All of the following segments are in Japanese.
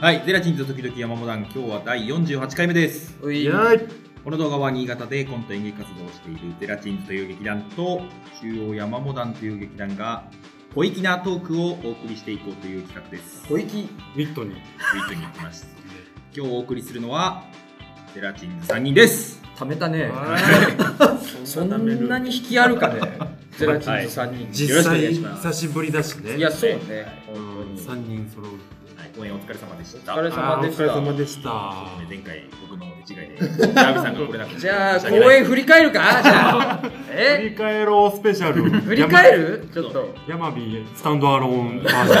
はい、ゼラチンと時々山モダン、今日は第48回目です。ういいやーいこの動画は新潟でコント演劇活動をしているゼラチンズという劇団と、中央山モダンという劇団が、小粋なトークをお送りしていこうという企画です。小粋ウィッ トにツイートに行きます。今日お送りするのは、ゼラチンズ3人です。貯めたねそそんなめんるなに引きあるかねゼラチンズさんに、実際よろしくお願いします久しぶりだしねい、やそうね本当に3人揃うはい、応援お疲れ様でした。お疲れ様でしたあーお疲れ様でしたそうですね前回僕の手違いで、ダービーさんが来れなくて。じゃあ申し訳ない公演振り返るかじゃあ振えり返ろうスペシャル振り返るちょっとヤマビースタンドアローンバージョ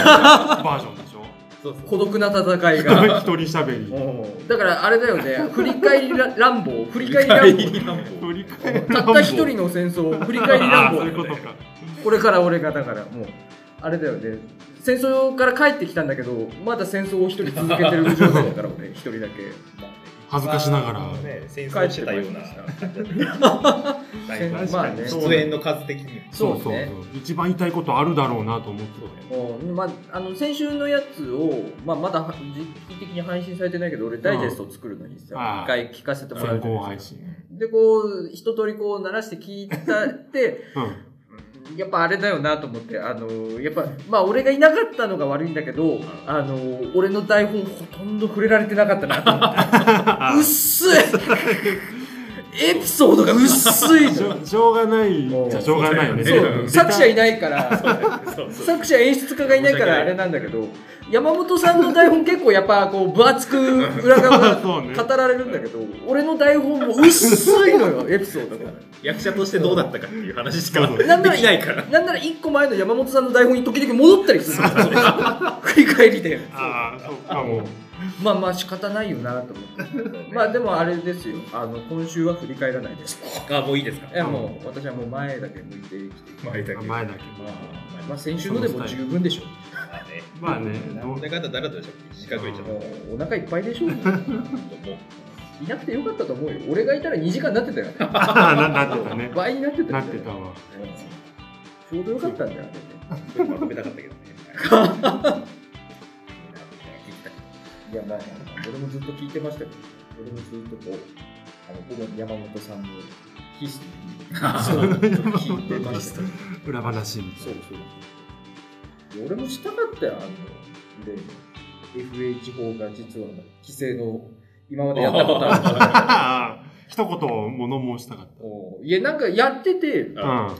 ンバージョンでしょそうそう孤独な戦い一が人喋りも うだからあれだよね振り返りら乱暴振り返り振り乱返り 振り返る暴たった一人の戦争を振り返りあ乱ー暴そういうことかこれから俺がだからもうあれだよね戦争から帰ってきたんだけどまだ戦争を一人続けてる状態だから俺一人だけ 恥ずかしながらね、戦帰争っしててたまいよりうなましたライブ確まあかにねそう出演の数的にもそうそうそうねそう一番痛いことあるだろうなと思ってたもうまあ、あの先週のやつを、まあ、まだは実機的に配信されてないけど俺ダイジェストを作るのにさああ一回聞かせてもらう先じゃ行ない配ですか信でこう一通りこう鳴らして聞いたってうんうんやっぱあれだよなと思ってあのやっぱまあ俺がいなかったのが悪いんだけどあの俺の台本ほとんど触れられてなかったなと思って 薄いエピソードが薄いしのよょしょうがないもうじゃしょうがないよねそうそう作者いないからそうそう作者演出家がいないからあれなんだけど山本さんの台本結構やっぱこう分厚く裏側そうねが語られるんだけど、俺の台本も薄いのよエピソードが役者としてどうだったかっていう話しかそうでそうきないからなんなら1個前の山本さんの台本に時々戻ったりするの振り返りでああそうかもまあまあ仕方ないよなと思ってまあでもあれですよあの今週は振り返らないですあもういいですかいやもう私はもう前だけ向いて生きて前だけまあ前だけまあ先週のでも十分でしょうねまあねなんだかんだだらだらしゃべって時間くれちゃったもうお腹いっぱいでし ょうもいなくてよかったと思うよ俺がいたら2時間になってたよあ ななってたね。倍になってたよねなってたわ。ちょうどよかったんだよ、あれね。う まとめたかったけどねいや、まあ、俺もずっと聞いてましたけど、俺もずっとこう、あの、この山本さんのヒストリーそう聞いてましたけど。裏話みたそいうそう。俺もしたかったよ、あの、例の FH 法が実は規制の、今までやったことあるから。 な。一言物申したかっおいや、なんかやってて、た。うん。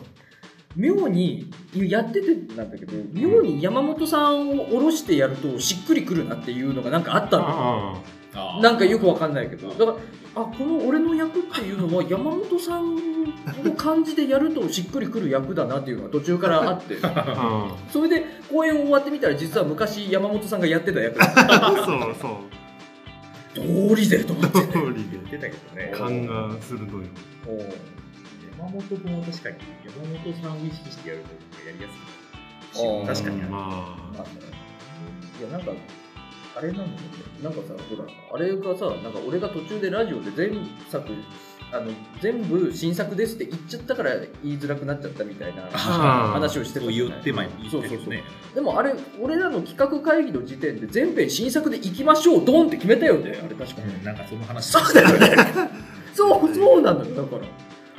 妙にやっててなんだけど妙に山本さんを下ろしてやるとしっくりくるなっていうのがなんかあったのああーなんかよくわかんないけどだからあこの俺の役っていうのは山本さんの感じでやるとしっくりくる役だなっていうのが途中からあって あ。うん。それで公演終わってみたら実は昔山本さんがやってた 役そうそ道理でと 思ってう。通り言ってたけどねで。勘が鋭い。おう山本君は確かに山本さんを意識してやるとなんかやりやすあーい確かにうんままあいやなんかあれなんだよねなんかさほらあれがさなんか俺が途中でラジオで全作あの全部新作ですって言っちゃったから言いづらくなっちゃったみたいなあー話をしてたそうじゃ言ないってまい言ってそうそうるそうねでもあれ俺らの企画会議の時点で全編新作で行きましょうドンって決めたよねあれ確かに、うんなんかその話そうだよねそうそうなんだよだから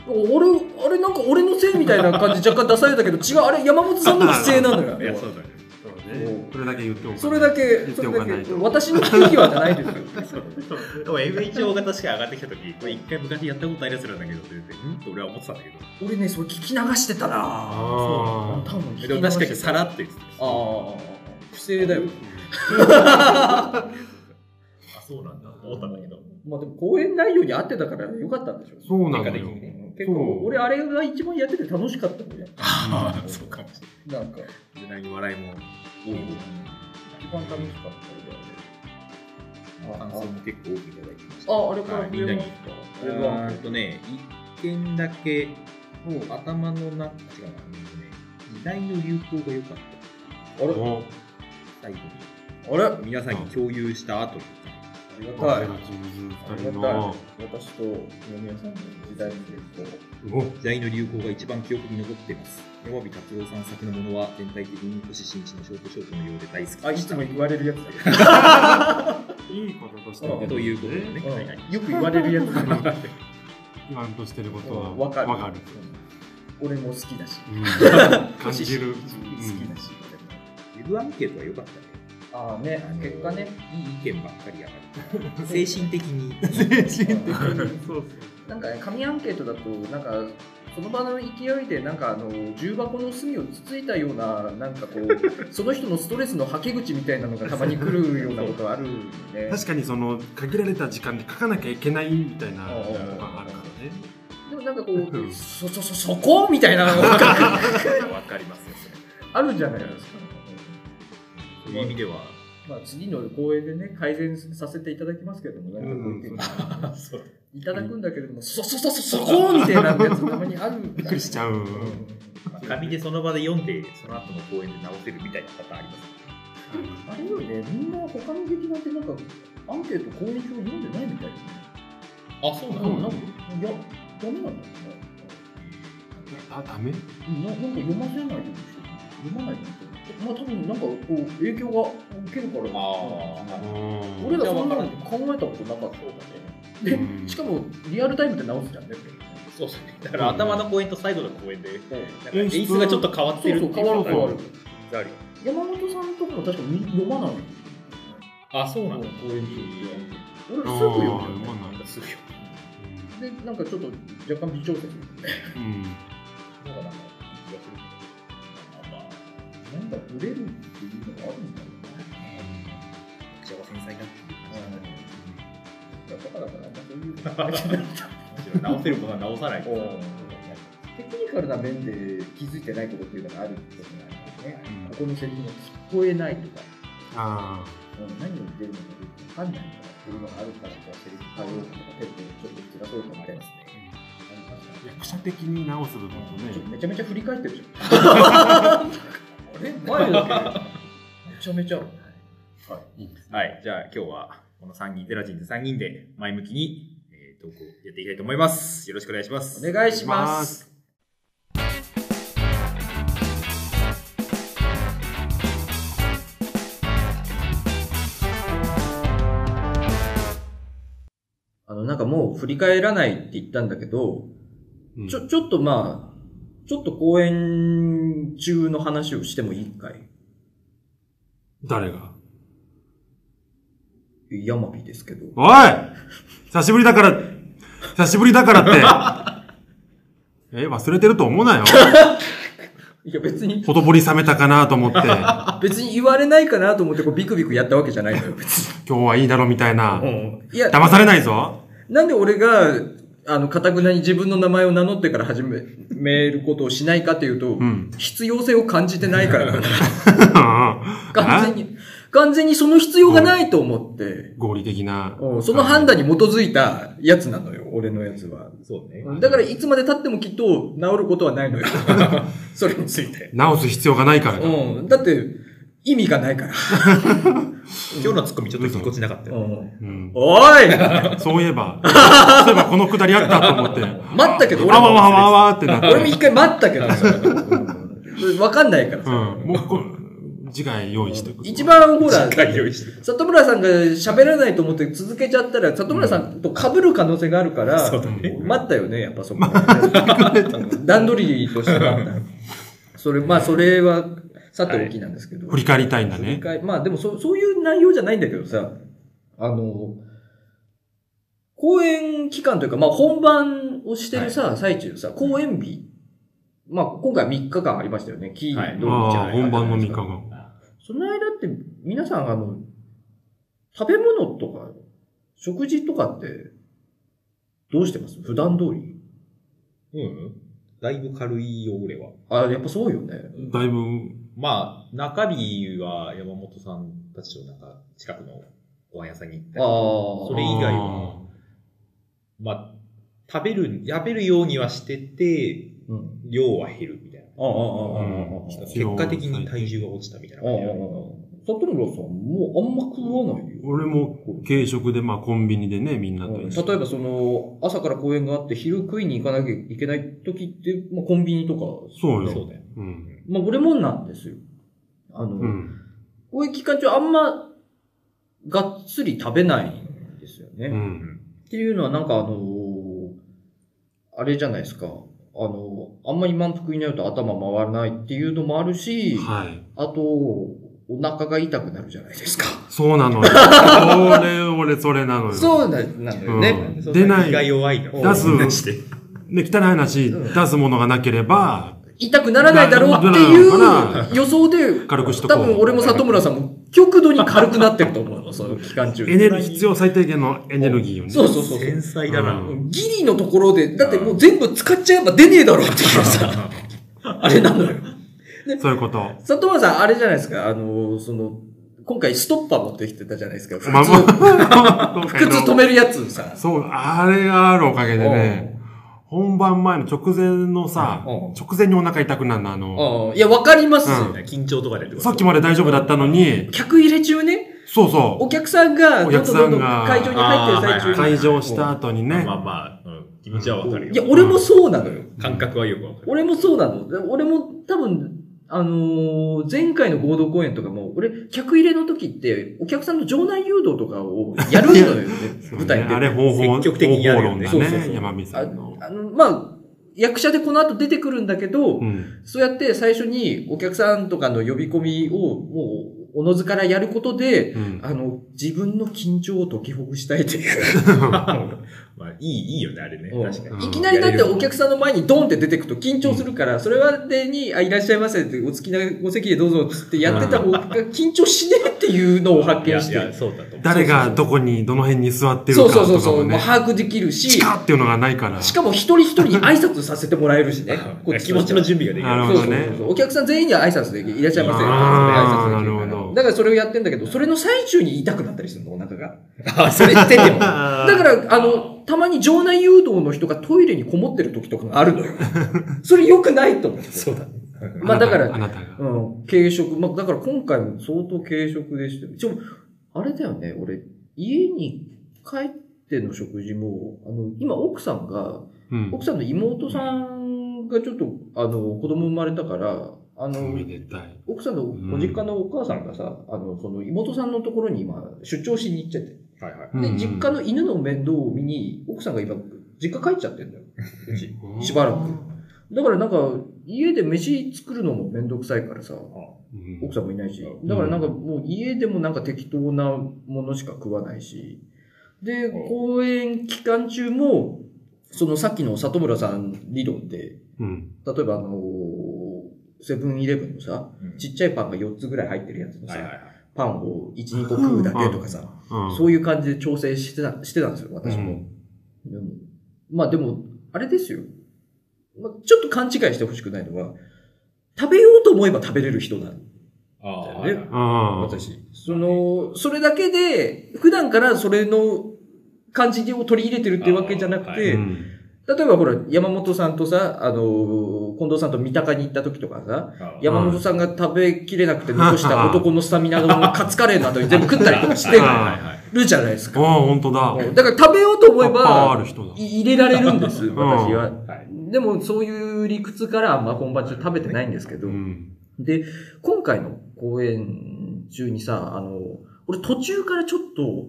俺あれなんか俺のせいみたいな感じ若干出されたけど違うあれ山本さんの不正なの よいやそうだねあ。そうね。それだけ言っておかそれだけ言そってれおだかないけと。私の空気はじゃないですよでも FHO が確か上がってきた時これ一回昔やったことありやするんだけどって言ってうんと俺は思ってたんだけど俺ねそれ聞き流してたなあー多分聞きで流もし確かてたにさらっと言ってたああ不正だよあそうなんだ思ったんだけどまあでも講演内容に合ってたからよかったんでしょそうなの結果的よ。にね結構俺あれが一番やってて楽しかったもんやっぱああそうかもしれなんかない何笑いも多いもんね一番楽しかった俺あ感れ想も結構多くいただきましたああれからはいみんなに触れまえーすっかとね一件だけもう頭の中違うな時代の流行が良かったあれお最後にあれ皆さんに共有した後にりがた僕いらの人数あ二人りがたいの私と野宮さんの時代にですとお時代の流行が一番記憶に残っています山火達郎さん作のものは全体的に星新一のショートショートのようで大好きあいでしつたも言われるやつだけいいこととしてるけどということでね、ど、はいはいよく言われるやつだけど言わんとしてることはわかるわかる、うん俺も好きだし うん、感じる、う好きだんし、ウェブアンケートは良かったねああねあの結果ねいい意見ばっかりやから 精神的に精神的にそうなんかね紙アンケートだとなんかその場の勢いでなんかあの重箱の隅をつついたようななんかこう その人のストレスのはけ口みたいなのがたまに来るようなことあるよね確かにその限られた時間で書かなきゃいけないみたいなうんのがあるからねでもなんかこううんそそそそこみたいなの がわかりますよそれあるじゃないですか、そういう意味ではまあ、次の公演でね改善させていただきますけれどもなんかご意見うんいただくんだけれども、そそそそそこみたいなやつたまにあるびびっくりしちゃう、紙でその場で読んでその後の公演で直せるみたいなパターンありますあれよね、みんな他の劇団ってなんか、アンケート、公演表読んでないみたいよね。あそうななのんか、いや、ダメなんだよね。あダメななんか読ませないようにしてる読まないようにしてるまあ多分なんかこう、影響が受けるから。あうん俺らそんなの考えたことなかったよね。うんで、しかもリアルタイムで直すじゃんね。そうですねだから頭の公演と最後の公演でなんか演演出出がちょっと変わってるっていうそうそう変わる変わるパターンあるよ山本さんとかも確かに読まない。あそうなんだ公演中って俺あらーすぐ読む読よね。まないすぐよで、なんかちょっと若干微調整する。うんだからなんか気がするまあ、なんかブレるっていうのがあるんだろこちらは繊細だっていううね。いや、バカだから、あんまそういう。感じ直せるものは直さないとおーテクニカルな面で気づいてないことっていうのがあるってことなんですね。うんここのセリフが聞こえないとか、あうん何を言ってるのか分かんないとか、そういうのがあるから、じゃあセリフ変えようかとか、テレビちょっとずらそうかみたいな。あ役者的に直す部分とちょっとねめちゃめちゃ振り返ってるじゃん。あれ前だけめちゃめちゃ。はいはい、じゃあ今日はこの3人、ゼラチンズ3人で前向きに、えー、投稿やっていきたいと思います。よろしくお願いします。お願いします。あの、なんかもう振り返らないって言ったんだけど、うんちょ、ちょっとまあ、ちょっと公演中の話をしてもいいかい誰がヤマビですけど。おい久しぶりだから、久しぶりだからって。え、忘れてると思うなよ。いや別に、ほとぼり冷めたかなと思って、今別に言われないかなと思ってこうビクビクやったわけじゃない のよ、別に。日はいいだろみたいな。いや、騙されないぞ。なんで俺が、あの、かたくなに自分の名前を名乗ってから始め、めることをしないかというと、うん。必要性を感じてないからなんだ。 完全あに、完全にその必要がないと思って、合理的な。うんその判断に基づいたやつなのよ、俺のやつは。そうね。だからいつまで経ってもきっと治ることはない のよ。それについて。直す必要がないからだ。うん。だって、意味がないから。今日のツッコミちょっとぎこちなかったよ、うね。んうんおい そういえば、そういえばこのくだりあったと思って。待ったけど俺あもわわわわってなっ俺もて。一回待ったけど、それうんわかんないからうさ。ん。もうこ、次回用意してく。一番ほら、回用意してる。里村さんが喋らないと思って続けちゃったら、里村さんと被る可能性があるから、そうだね待ったよね、やっぱそこはね。 段取りとして待った。それ、まあ、それは、さておきなんですけど。振り返りたいんだ振りね。返りまあ、でもそ、そういう内容じゃないんだけどさ、あの、公演期間というか、まあ、本番をしてるさ、最中さ、公演日、まあ、今回3日間ありましたよね、金、はいあ土、日あ、あ本番の3日間が。その間って皆さんあの、食べ物とか、食事とかって、どうしてます普段通り。うん。だいぶ軽いよ、俺は。あ、やっぱそうよね。だいぶ、まあ、中日は山本さんたちとなんか近くのご飯屋さんに行ったあり、あ。それ以外はまあ、食べる、食べるようにはしてて、うん。量は減るみたいなああ、ああ、ああうんああ結果的に体重が落ちたみたいなああ、感じ。里村さんもうあんま食わないよ。俺も軽食で、まあコンビニでね、みんなとうん一緒例えばその、朝から公園があって昼食いに行かなきゃいけない時って、まあコンビニとか。そうよ。そうだよ。うん。まあ俺もなんですよ。あの、うん。こういう期間中あんま、がっつり食べないんですよね。うっん。ていうのはなんかあのーあれじゃないですか。あのーあんまり満腹になると頭回らないっていうのもあるし、はい。あと、お腹が痛くなるじゃないですか。そうなのよ。それ、俺、それなのよ。そうなんだよね。うんそん出ない胃が弱い出の。すみんなして。で、汚い話、うん出すものがなければ、痛くならないだろうっていう予想で、軽くしとこ多分う。俺も里村さんも極度に軽くなってると思うの、その期間中。エネルギー、必要最低限のエネルギーをね。そうそうそう。繊細だな。うんギリのところで、だってもう全部使っちゃえば出ねえだろうっていうさ、あれなのよ。そういう こと。里村さん、あれじゃないですか、あの、その、今回ストッパー持ってきてたじゃないですか。まあ、普もう通、靴止めめるやつさ。そう、あれがあるおかげでね、本番前の直前のさ、うん直前にお腹痛くなるの、あの、うん。いや、わかりますよ。うん緊張とかでってことさっきまで大丈夫だったのに、客入れ中ね、そうそお客さんが、どおんどん客さんがどんどん会場に入ってあーる最中に。う、はいはい会場した後にね、ま、あまあ、うん気持ちはわかるよ。いや、俺もそうなのよ。感覚はよくわかる。俺もそうなの。で俺も多分、あのー前回の合同公演とかも、俺、客入れの時って、お客さんの場内誘導とかをやるのよね そう舞ね台あで。れ方法、積極的にや方法るよ論ねだそうそうそね、う山美さんの。あの、まあ、役者でこの後出てくるんだけど、うん。そうやって最初にお客さんとかの呼び込みを、もう、おのずからやることで、うん。あの、自分の緊張を解きほぐしたいという。まあ、いい、いいよね、あれね。うん確かに。いきなりだってお客さんの前にドンって出てくと緊張するから、それまでに、あ、いらっしゃいませって、お好きなご席へどうぞっつってやってた方が緊張しねえっていうのを発見しいやいやて。そうだと思う。。誰がどこに、どの辺に座ってるそかうそうそとうかそもう、もうね、把握できるしチ、カっていうのがないから。しかも一人一人に挨拶させてもらえるしねこっ気持ちの準備ができなるる。そほうどそうねそうそうお客さん全員には挨拶できるいらっしゃいませって挨あー拶できるからなるほどだからそれをやってんだけど、それの最中に痛くなったりするの、お腹が。あ、 それって でも。だあーから、あの、たまに場内誘導の人がトイレにこもってる時とかがあるのよ。それ良くないと思って。そうだね。まあだから あなたが。うん、軽食。まあ、だから今回も相当軽食でしたよ。ちょ、あれだよね、俺、家に帰っての食事も、あの、今奥さんが、うん。奥さんの妹さんがちょっと、あの、子供生まれたから、あおのめ、でたい。奥さんのご実家のお母さんがさ、あの、その妹さんのところに今、出張しに行っちゃって。はいはい。うんうんで、実家の犬の面倒を見に、奥さんが今、実家帰っちゃってんだよ。うち。しばらくだからなんか、家で飯作るのもめんどくさいからさ、うん奥さんもいないし、うんだからなんかもう家でもなんか適当なものしか食わないし、で、うん公演期間中も、そのさっきの里村さん理論で、うん。例えばあのーセブンイレブンのさ、うんちっちゃいパンが4つぐらい入ってるやつのさ、はいはいはい。パンを1、2個食うだけとかさ、うんそういう感じで調整してたしてたんですよ、私も。うんでもまあでも、あれですよ。まあ、ちょっと勘違いしてほしくないのは、食べようと思えば食べれる人なんああ、だはいよはねい。あー私。その、それだけで、普段からそれの感じを取り入れてるってわけじゃなくあて、ーうん例えばほら、山本さんとさ、あのー、近藤さんと三鷹に行った時とかさ、ああ山本さんが食べきれな くて残した男のスタミナのカツカレーの後に全部食ったりとかしてあはいはい。るじゃないですあか。ー、本当だ。だから食べようと思えパワーあば、る人だ。い入れられるんです、ん私は。はい。でも、そういう理屈からあんま本番中食べてないんですけど、うん。で、今回の公演中にさ、あの、俺途中からちょっと、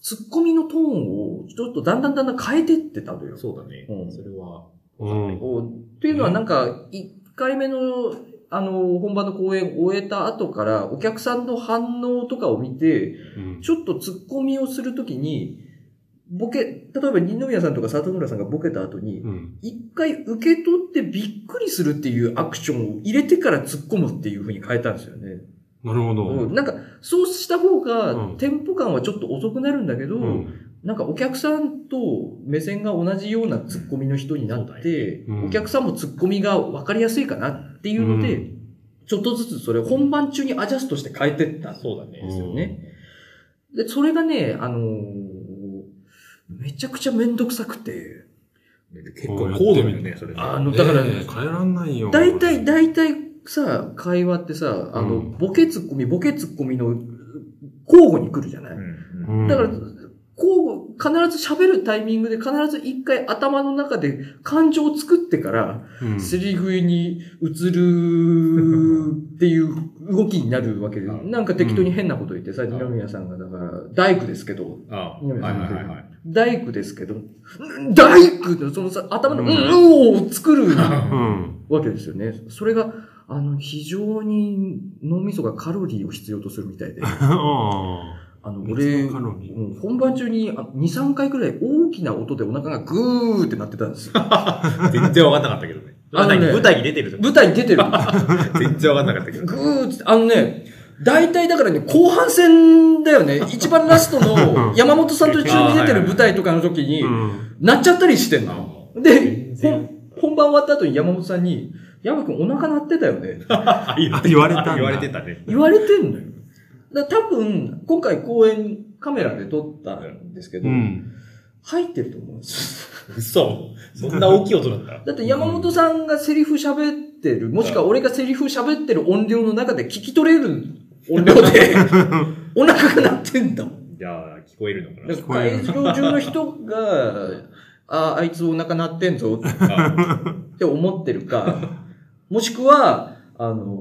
ツッコミのトーンを、ちょっとだんだんだんだん変えてってたのよ。そうだねう。んそれは。うん。おっていうのはなんか、一回目の、あの、本番の公演を終えた後から、お客さんの反応とかを見て、うんちょっとツッコミをするときに、ボケ、例えば二宮さんとか里村さんがボケた後に、うん。一回受け取ってびっくりするっていうアクションを入れてから突っ込むっていう風に変えたんですよね。なるほど。うん、なんか、そうした方がうん、テンポ感はちょっと遅くなるんだけど、うんなんかお客さんと目線が同じような突っ込みの人になって、うんお客さんも突っ込みが分かりやすいかなっていうので、うんちょっとずつそれを本番中にアジャストして変えてったんですそうだですね。よね。で、それがね、あのーめちゃくちゃめんどくさくて、結構高度だよね、それね。あの、だから、ええ変えらんないよ。大体、大体さ、会話ってさ、あの、うんボケツッコミ、ボケツッコミの交互に来るじゃない、うんうん、だから、交互、必ず喋るタイミングで必ず一回頭の中で感情を作ってから、うん、セリフに移るっていう動きになるわけで、うんなんか適当に変なこと言ってさ、二宮さんが、だから、大工ですけど、ああはいはいはいはい。大工ですけど、ん大工のそのさ、頭の、ううんん、うんを作る。うん。わけですよね。それが、あの、非常に脳みそがカロリーを必要とするみたいで、ああの、ー俺、カロリーうん本番中にあ2、3回くらい大きな音でお腹がグーってなってたんですよ。 全然わかんなかったけどね。あ舞の台に、ね舞台に出てるじゃん舞台に出てる。全然わかんなかったけど。グーって、あのね、大体だからね、後半戦だよね。一番ラストの山本さんと一緒に出てる舞台とかの時にう、ん。なっちゃったりしてんの。で全、然ほん本番終わった後に山本さんに、山くんお腹鳴ってたよね。あ言あ言われたんだ言われてたね。言われてんのよ。だから多分、今回公演カメラで撮ったんですけど、うん。入ってると思うんです。嘘。そんな大きい音なんだ。だって山本さんがセリフ喋ってる、もしくは俺がセリフ喋ってる音量の中で聞き取れる音量で、お腹が鳴ってんだもん。じゃあ、聞こえるのだかから会場中の人が、 ああ、あいつお腹鳴ってんぞな。って思ってるか、もしくは、あの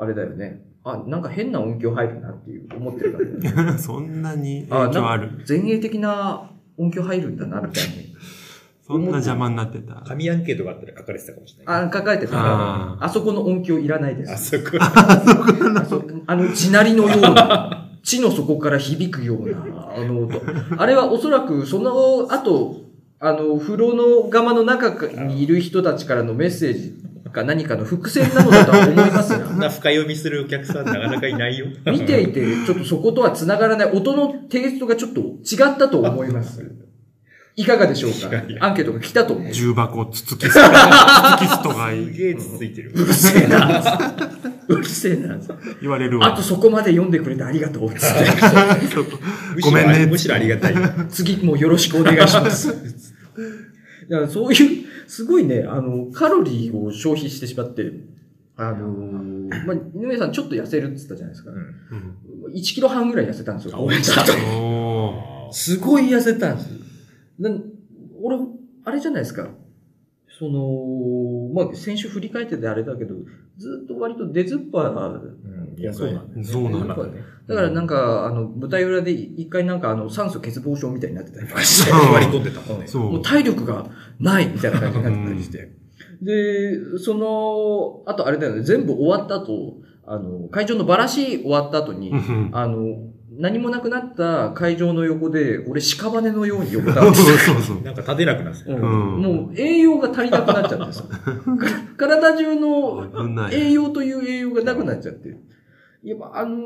あれだよね。あ、なんか変な音響入るなっていう思ってるから、ね。そんなにあ影響ある。前衛的な音響入るんだな、みたいに。そんな邪魔になってた。紙アンケートがあったら書かれてたかもしれない。あ、抱えてたあああそこの音響いらないであす。そこ。あそあの、地鳴りのような、地の底から響くような、あの音。あれはおそらく、その後、あの、風呂の釜の中にいる人たちからのメッセージか何かの伏線なのだとは思います そんが、な深読みするお客さんなかなかいないよ。見ていて、ちょっとそことは繋がらない、音のテイストがちょっと違ったと思います。いかがでしょうかアンケートが来たと思います。重箱つつきスト。つつきストがすげえつついてる。うるせえな。うるせえな。言われるあわと。そこまで読んでくれてありがとう。つってごめんねむしろありがたい。次もよろしくお願いし ます。だからそういう、すごいね、あの、カロリーを消費してしまって、あのー、まあ、井上さんちょっと痩せるって言ったじゃないですか。うんうん1キロ半ぐらい痩せたんですよ。おめでとおすごい痩せたんです。な俺、あれじゃないですか。その、まあ、先週振り返っててあれだけど、ずっと割と出ずっぱうんいや、そうなんだよね。そうなんだね。だからなんか、あの、舞台裏で一回なんかあの、酸素欠乏症みたいになってたりとかして、うん割り込んでたもんねー。そもうう。体力がないみたいな感じになってたりして。で、その、あとあれだよね、全部終わった後、あの、会場のバラシ終わった後にう、んあの、何もなくなった会場の横で、俺屍のように横たそわうってそうそうそう。なんか立てなくなってたうよん うんもう栄養が足りなくなっちゃ ってさ。体中の危ない。栄養という栄養がなくなっちゃって。やっぱ、あの、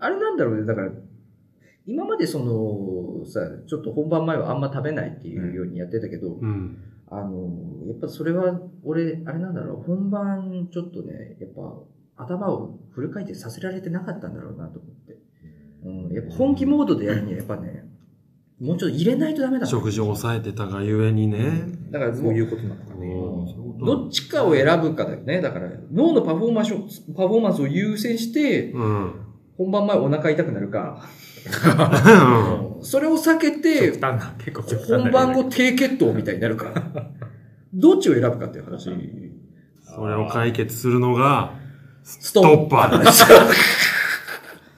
あれなんだろうね。だから、今までその、さ、ちょっと本番前はあんま食べないっていうようにやってたけど、うん。あの、やっぱそれは、俺、あれなんだろう。本番、ちょっとね、やっぱ、頭をフル回転させられてなかったんだろうなと思って。うん、やっぱ本気モードでやるには、やっぱね、もうちょっと入れないとダメだもん食事を抑えてたがゆえにね。だからそもうういうことなのかね。どっちかを選ぶかだよね。だから、脳のパフォーマンスを、パフォーマンスを優先して、うん。本番前お腹痛くなるか、うんそれを避け極て、端な、結構極端な本番後低血糖みたいになるか、どっちを選ぶかっていう話。それを解決するのが、スストッパーだ。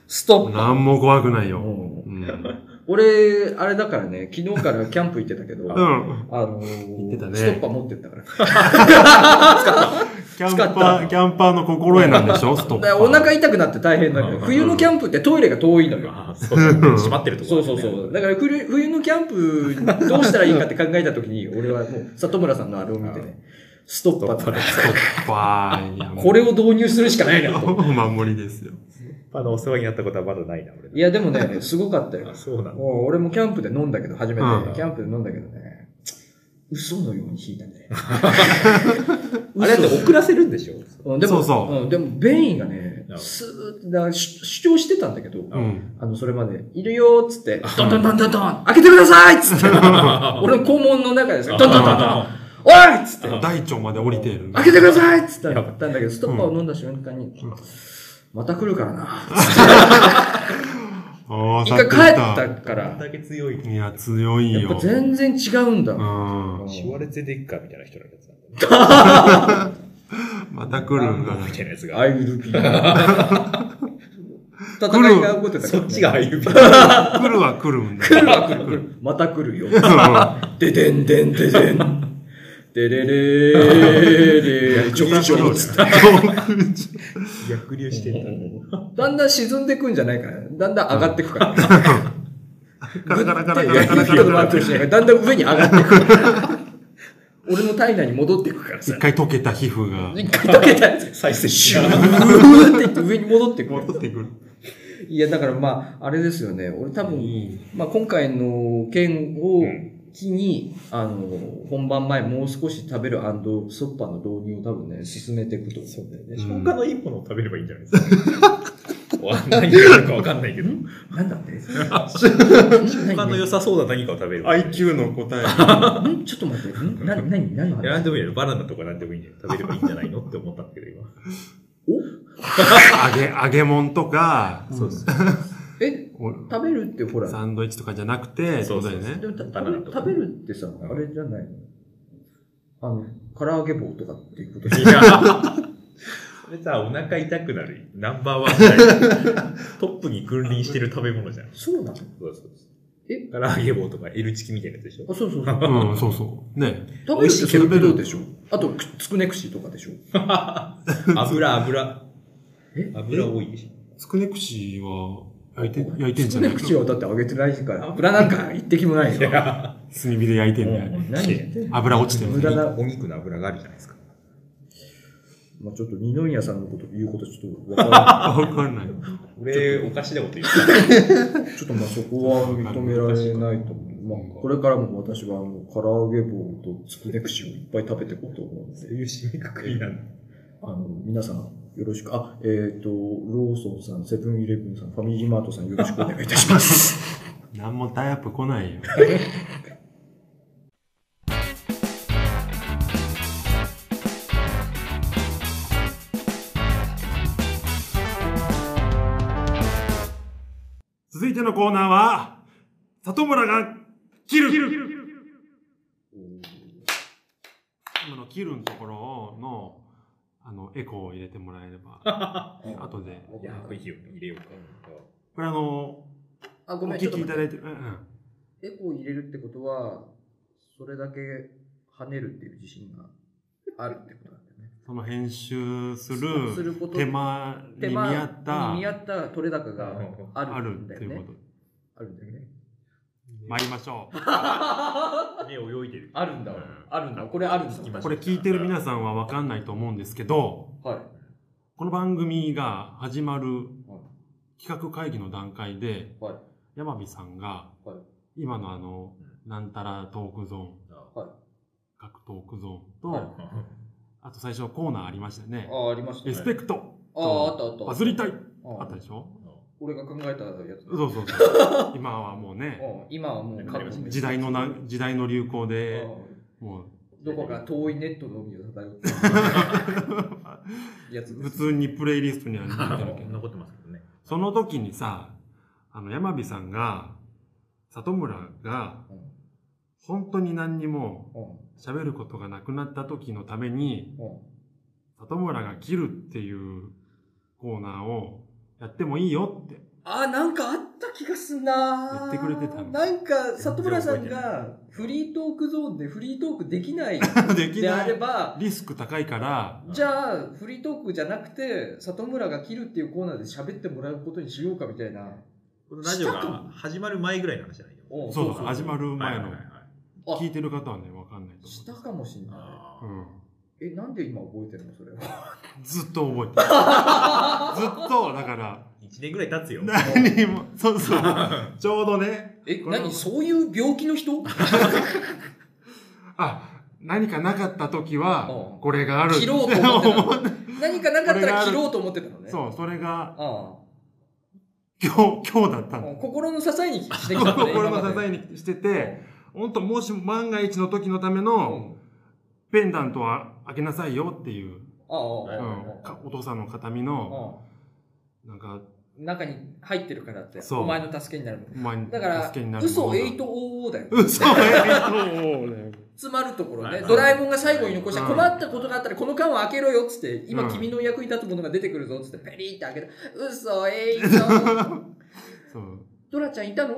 ストップ。なんも怖くないよ。うんうん。うん。俺、あれだからね、昨日からキャンプ行ってたけど、あの行ってたねストッパー持ってったから。キャン使っパー、たキャンパーの心得なんでしょストッだパかー。らお腹痛くなって大変だけど、冬のキャンプってトイレが遠いのよ。ああ、そうだね。閉まってるとこそろうだそね。うそう。だから冬冬のキャンプどうしたらいいかって考えたときに、俺はもう里村さんのあれを見てね、ストッパーだストッパーいや。 これを導入するしかないなと。お守りですよ。 あの、お世話になったことはまだないな、俺。いや、でもね、すごかったよあ、。そうなんだ。もう俺もキャンプで飲んだけど、初めて、うんキャンプで飲んだけどね、嘘のように引いたね。あれだって遅らせるんでしょうんでも、そうそんでも、便意がねう、んスーッてだから主、主張してたんだけど、うん。あの、それまで、いるよーっつって、ドンドンドンドンドン開けてくださいっつって、俺の肛門の中ですドンドンドンドンおいっつって、大腸まで降りている。開けてくださいっつったら言ったんだけど、ストッパーを飲んだ瞬間に、また来るからな。ああ、一さっ回き帰言ったっから、だけ強い。た。いや、強いやっぱよ。全然違うんだ。ううんん。シュワレツェデッカーみたいな人のやつなんだね。また来るんだ。みたいなやつが。アイルピー。戦いが起こってたからねそっちが IUP。来るは来るんだ。来るわ来る来る。また来るよ。 ででんでんででん。でれれーれー、ちょこちょこっつって 逆流してんだ。だんだん沈んでくんじゃないから、だんだん上がってくから。カラカラカラカいやラいカやいラカやラカラ。だんだん上に上がってくる。俺の体内に戻ってくからさ一。回溶けた皮膚が一回溶けたやつ。再生しシュよう。ーっていって上に戻ってく戻っる。てくる。いや、だからまあ、あれですよね。俺多分、まあ今回の件を機に、あの、本番前もう少し食べるソッパーの導入を多分ね、進めていくと思う。消化のいいものを食べればいいんじゃないですか。わ何があるかわかんないけど。なんだって消化の良さそうな何かを食べればいい。 IQ の答え。ん ちょっと待って。んな、なに、何のいや話何でもいいよ。バナナとか何でもいいんだよ。食べればいいんじゃないのって思ったんだけど、今。揚げ、揚げ物とか、そうです。え、お食べるってほら、サンドイッチとかじゃなくて、そうそうってことだよねでもたバナナ食べとか食べるってさ、あれじゃないのあの、唐揚げ棒とかっていうこといや、それさ、お腹痛くなるナンバーワンみたいなトップに君臨してる食べ物じゃん。 そうなのそうそうそう。え唐揚げ棒とか L チキみたいなやつでし ょあ、そう そうそう。うん、そうそう。食ね。べるってそれ美味しいけどどうでしょあと、くつくね串とかでしょ油、油。え油多いでしょつくね串は焼いて、焼いてんじゃないつくね串はだって揚げてないから、油なんか一滴もないよ。炭火で焼いてんだよね。何やってんの油落ちてる無駄な、お肉の油があるじゃないですか。まあちょっと二宮さんのこと言うことちょっとわかあわかんない。俺、おかしなこと言っらない。ちょっとまあそこは認められないと思う。まあこれからも私はあの、唐揚げ棒とつくね串をいっぱい食べていこうと思うんでた。。 そういう締めくくりなんだ。あの、皆さん、よろしく、あ、えっ、と、ローソンさん、セブンイレブンさん、ファミリーマートさん、よろしくお願いいたし ます。なんもタイアップ来ないよ。 続いてのコーナーは、里村が切る今の切るのところの、あの、エコーを入れてもらえ れば、後で。いや、いいよ、入れようか。これあの、あ、ごおめん、ちょ聞っときい待たっだて。いてる。うんうんエコー入れるってことは、それだけ跳ねるっていう自信があるってことなんだよね。その編集 すするること手間に見合ったに見合った取れ高がああるるんだっよていうねこ。と。あるんだよね。 参りましょ目泳いでる。あるんだわうんあるんだわこれあるんだ聞きまう。しこたれ聞いてる皆さんはわかんないと思うんですけど、はい。この番組が始まるはい企画会議の段階で、はい。山火さんがはい、今のあの、なんたらトークゾーン、はい。各トークゾはーいンと、あと最初コーナーありましたよね。あ、ありましたリね。スペクト、ああ、あったあった。バズりたい、ああったでしょ俺が考えたやつ。そうそうそう。 今はもうね、うん今はもう覚悟時代のな、時代の流行で、うんもう、 どこか遠いネットの海を漂ってるやつで 普す。通にプレイリストにはなってるけど残ってますけどね。その時にさあの山火さんが里村がうん本当に何にもうん喋ることがなくなった時のためにうん里村が切るっていうコーナーをやってもいいよってあ、なんかあった気がすんな言ってくれてたのなんか、里村さん全然覚がフリートークゾーンでフリートークできないできであなれいば、リスク高いからじゃあ、フリートークじゃなくて、里村が切るっていうコーナーで喋ってもらうことにしようかみたいな。このラジオが始まる前ぐらいの話じゃないよ。おそうそう始まる前はのいはいはいはいあ聞いてる方はねわかんないとしたかもしんなあ思う、い。え、なんで今覚えてるのそれは。うん、ずっと覚 えてるずっとだからー一年ぐらい経 つよ。何もそうそうちょうどねえ、これ何そういう病気の人 あ、何かなかった時うはん、これがある。切ろうと思ってた の。何かなかったら切ろうと思ってたのね。そう、それが、あ今日、今日だったあ の。心の支えにしてきたのね。心の支えににしてて、ほんと、もし万が一の時のための、ペンダントは開けなさいよっていう、ああ、はういん、かお父さんの形見の、うなんか、ん中に入ってるからって、そうお前の助けになるもん。お前にだから助けにな、るも嘘のが。 8OO だよ。嘘8だよ。 詰まるところはいね、はいドラえもんが最後に残したうん困ったことがあったらこの缶を開けろよっつって、う今ん君の役に立つものが出てくるぞっつって、ペリーって開けた。嘘、えいと。 そう。ドラちゃんいたの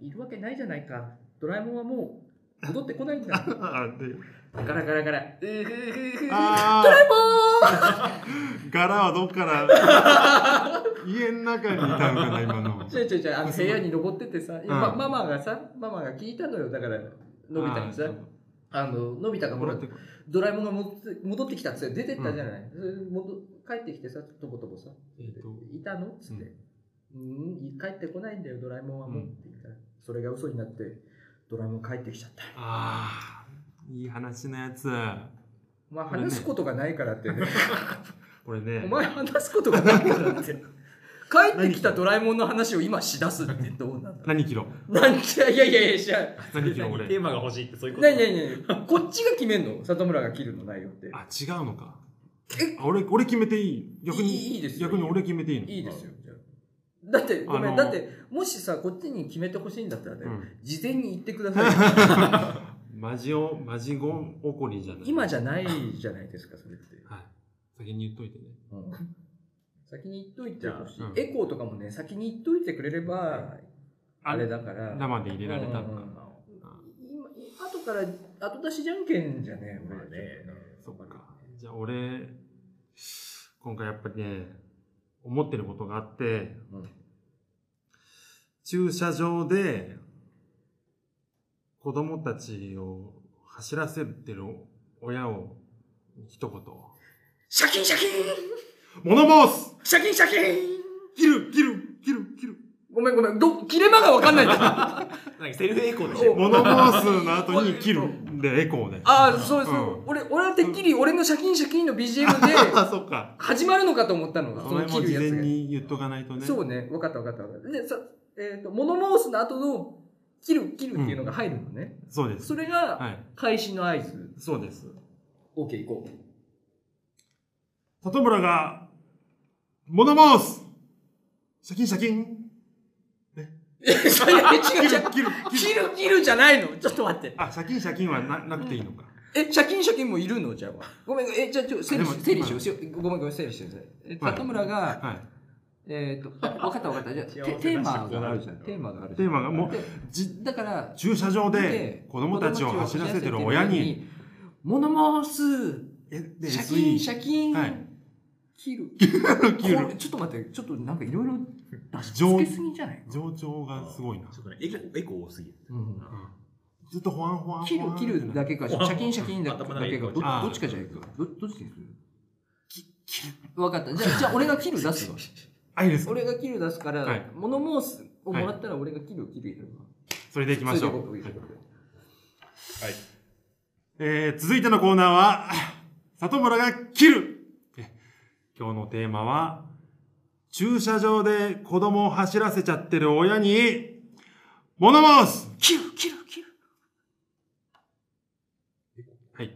いるわけないじゃないか。ドラえもんはもう戻ってこないんだ。あ、で、ガラガラガラ。うふふふふ。ドあーラえもん柄はどっから家の中にいたのかな、今の。 ちょいちょいちょい、あの部屋に登ってってさ、今ママがさ、ママが聞いたのよ。だから、のび太にさあー。そうあの、のび太がほら戻っ、てこドラえもんが戻って戻ってきたっつって出てったじゃない。それで戻帰ってきてさ、とぼとぼさ、えっといたのっつって、うん、帰ってこないんだよ、ドラえもんはもう、うんって言ったら、それが嘘になって、ドラえもん帰ってきちゃった。ああ、いい話のやつ。まあ話すことがないからって、ね、これおね、前話すことがないからって。帰ってきたドラえもんの話を今しだすってどうなんだ何キロなんちゃ、いやいやいや、じゃあ、何キロ俺。テーマが欲しいってそういうこと何何何こっちが決めんの里村が切るの内容って。あ、違うのか。えあ俺、俺決めていい逆に、いいいいですよ逆に俺決めていいのいいですよ、じゃあ。だって、ごめあん、のだって、もしさ、こっちに決めてほしいんだったらね、うん事前に言ってください。 マジオ、マジゴンオコリじゃない今じゃ。ゃないじゃないですか、それって。はい。先に言っといてね。先に言っといてほしいじゃあ。うんエコーとかもね、先に言っといてくれれば、あれだから。生で入れられたうんのうか。ん今、後から、後出しじゃんけんじゃねえ、まあ俺ねそっか。じゃあ俺、今回やっぱりね、思ってることがあって、うん駐車場で子供たちを走らせてる親を一言。シャキンシャキン物申すシャキンシャキン切る切る切る切るごめんごめん、ど、切れ間がわかんないん だ。なんかセルフエコーでしそうょ物申すの後に切る。で、エコーで。ああ、そうそう、うん俺、俺はてっきり俺のシャキンシャキンの BGM で、あ、そっか。始まるのかと思ったの、それも切る事や前つがに言っとかないとね。そうね、分かった分かった分かった。で、さ、えっ、と、モノモースの後の、切る、切るっていうのが入るのね。そうです。それが、はい。開始の合図。そうです。オッケー行こ う。里村が、物申すシャキンシャキンえ、それ、違う切違るう。切る切る切る、切るじゃないのちょっと待って。あ、シャキンシャキンはななくていいのか。え、シャキンシャキンもいるのじゃあ。ごめん、え、じゃあ、ちょ、整理あしでも整理しようしよう。ごめんごめん、整理してください。えはい里村が、はい。えっ、 と、あ分かった分かった。じゃあ、テ幸せなテーマ仕事がだあるじゃん。テーマがあるじテゃーん。マが、もう、でじ、だから、駐車場でで子供たちを走らせてる親に、、モノモース、え、で、シャキン、シ SE ャキン、はい切る。切るこれちょっと待って、ちょっとなんかいろいろ出し上付けすぎじゃない上調がすごいな。ちょっとねエコーエコー多すぎるうんずっとほわんほわん切る、切るだけ。けか、シャキン、シャキンだ頭のだ中にけか、どこうあーどっちかじゃないか。どどっちにするわかった。じゃあ、じゃあ俺が切る出すわ。あ、いいですか俺が切る出すかはらい、モノモースをもらったら俺が切る、切るやるわ。それでいきましょそうう。いうはこといでえー、続いてのコーナーは、里村が切るえ今日のテーマは、駐車場で子供を走らせちゃってる親に、物申す切る、切る、切る。はい。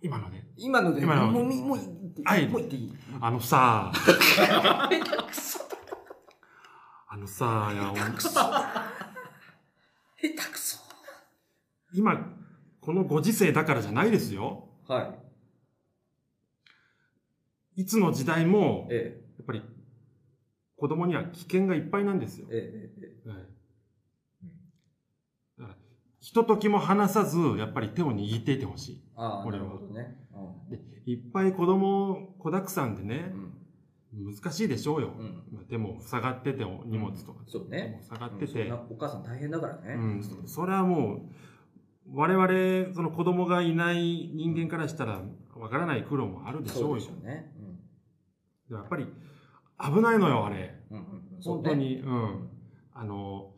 今今のね、今ので、今のもうみ、もういいってはいもういっていい。あのさ、下手くそ。あのさ、いやお下手くそ。今、このご時世だからじゃないですよ。はい。いつの時代も、やえっぱり、子供には危険がいっぱいなんですよえ、。ええ、えはいだからひとときも離さず、やっぱり手を握っていてほしい。え。ああ、こなれはるほどね。うんで、いっぱい子供、子だくさんでね、う難しいでしょうよ。ん。うん。まあ手も塞がってて、お荷物とか。そう手ね。も塞がうっんてて。そんなお母さん大変だからね。うん、そそれはもう、我々、その子供がいない人間からしたら、わからない苦労もあるでしそょううでよしょ。うね。でもやっぱり、危ないのよ、あれ。うん。うんうん本当。に、うん。あの、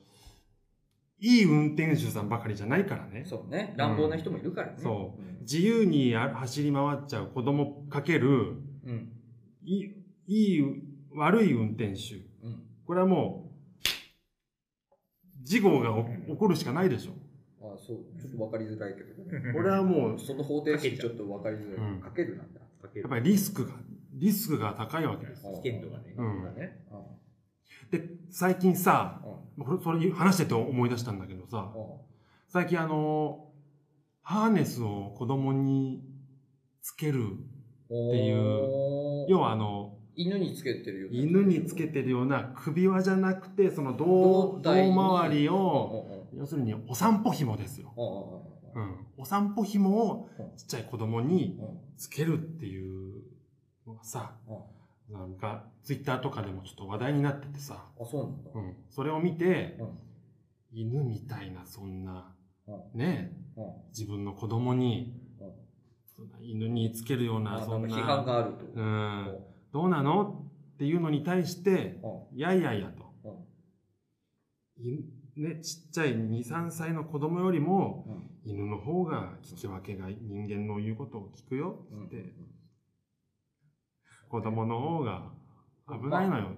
いい運転手さんばかりじゃないからね。そうねそうね。乱暴な人もいるからね。そうん。自由にあ走り回っちゃう子供かける、うん。いい、いい、悪い運転手。うん。これはもう、事故がお起こるしかないでしょ。あそう、ちょっと分かりづらいけどね。これはもう、その方程式ちょっと分かりづらい。うんかけるなんだ。かけやるっぱりリスクが、リスクが高いわけです。危険度がね。うんだねあで、最近さあ、、あこれ、それ話してて思い出したんだけどさあ、、最近あの、ハーネスを子供につける、っていう要はあの、犬につけてるよね。犬につけてるような首輪じゃなくて、その胴胴、胴体に周りうんうを、んうん要するにお散歩紐ですよ。ううん。お散歩紐をうんちっちゃい子供にんうんうんつけるっていうのがさ、うんなんかツイッターとかでもちょっと話題になっててさ、あ、そうなんだ。うん。それを見て、うん犬みたいなそんな、うね、うん自分の子供に、うんそんな犬につけるような、あそなんんか批な、判があると。ううんん。どうなのっていうのに対して、ういやいやいやと。んうんいね、ちっちゃい2、3歳の子供よりも、うん犬の方が聞き分けがいい人間の言うことを聞くようんって、子供の方が危ないのよ。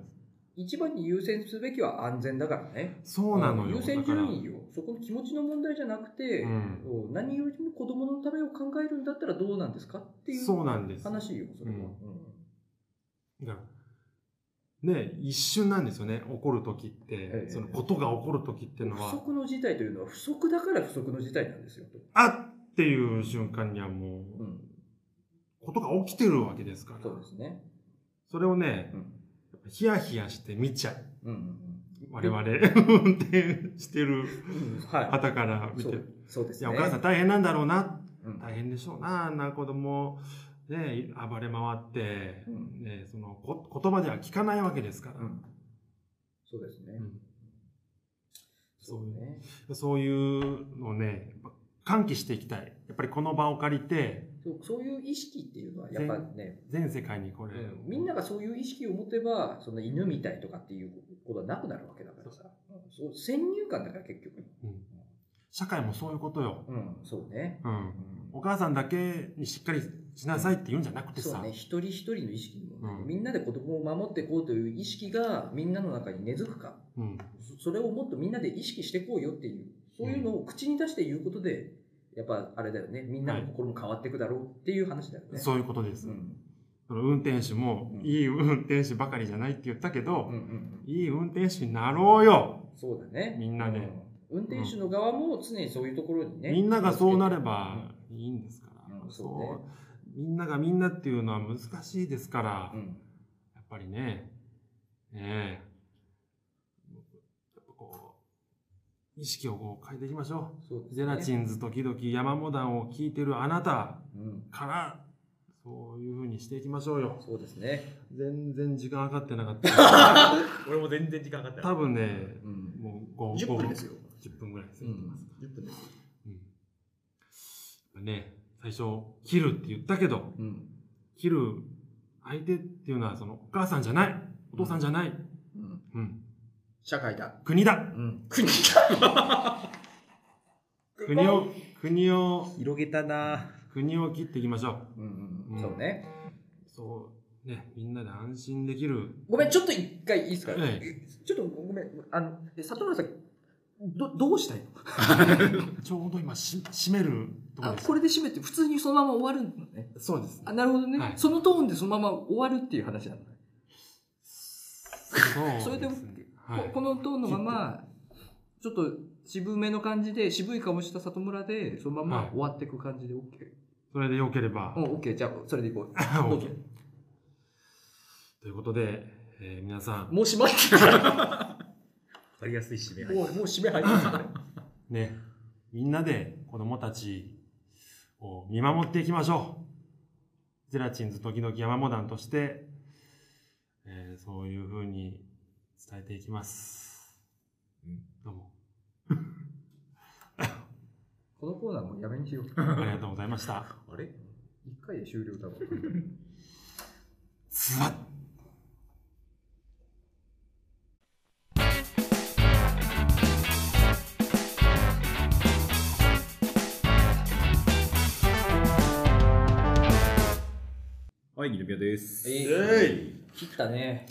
一番に優先すべきは安全だからね。そうなのよ。優先だから順位よ。そこの気持ちの問題じゃなくて、うんそう何よりも子供のためを考えるんだったらどうなんですかっていうそうなんです。だか話よ、それは。うんうんらね、一瞬なんですよね、起こる時って、ええそのことが起こる時っていうの不は、測の事態というのは不足だから不測の事態なんですよと。あっっていう瞬間にはもう、うん、ことが起きてるわけですから、そうですね。それをねう、ん、やっぱヒヤヒヤして見ちゃう。うん、我々、運転してうん、うるんは旗からい。見そて、うそうですいね。や、お母さん大変なんだろうな、うん、大変でしょうな、あんな子供、ね、暴れ回って、うんね、そのこ、言葉では聞かないわけですから、うんそうですね。うんそうね。そういうのをね、やっぱ喚起していきたい。やっぱりこの場を借りて、そうそういう意識っていうのはやっぱね、全世界にこれ、うんみんながそういう意識を持てば、その犬みたいとかっていうことはなくなるわけだからさ。うんそう先入観だから結局。社会もそういうことよ。うん、そうね。うんう。んお母さんだけにしっかりしなさいって言うんじゃなくてそさ、うね、一人一人の意識にもね、うんみんなで子供を守っていこうという意識がみんなの中に根付くかうん。そそれをもっとみんなで意識していこうよっていう、そういうのを口に出して言うことで、やっぱあれだよね、みんなの心も変わっていくだろうっていう話だよね。そういうことです。うん。うんその運転手も、うんいい運転手ばかりじゃないって言ったけど、うんうん。いい運転手になろうよそうだね。みんなでうん運転手の側も常にそういうところにね。みんながそうなればいいんですから、うんそそうねうみんながみんなっていうのは難しいですから、うん。うん。やっぱりねねえやっぱこう意識をこう変えていきましょそううゼラチン。ンズ時々山モダンを聞いてるあなたうん。からそういう風にしていきましょうよそうですね。全然時間かかってなかった俺も全然時間かかった多よ。分ねうん。もう5 10分ですよ。 10分ぐらいですうね、ん。10分です。うんね、最初、切るって言ったけど、うん。切る相手っていうのは、その、お母さんじゃない、お父さんじゃない、うん。うん、社会だ。国だうん。国だ。国を、国を、広げたな国を切っていきましょうんう。うんんそうね。う。そう、ね、みんなで安心できる。ごめん、ちょっと一回いいですか、えちょっとごめん、あの、え里村さん、ど、どうしたい のちょうど今、し、締めるところあで、すこ。れで締めて、普通にそのまま終わるのね。そうですねあ、。なるほどね、はいそのトーンでそのまま終わるっていう話なのね。そうそれでですねはいここのトーンのまま、ちょっと渋めの感じで、渋い顔した里村で、そのままはい終わっていく感じで OK。それで良ければ、うん、OK。じゃあ、それでい こう。どうぞということで、えー皆さん、もう閉まってわかりやすい締め る。もう、もう締め入ってますね。ね、みんなで子供たちを見守っていきましょう。ゼラチンズ時々山モダンとして、えーそういうふうに伝えていきます。うんどうも、このコーナーもうやめにしよう。ありがとうございました。あれ一回で終了だもん。ズワッはい、二宮です。えいえ切ったね。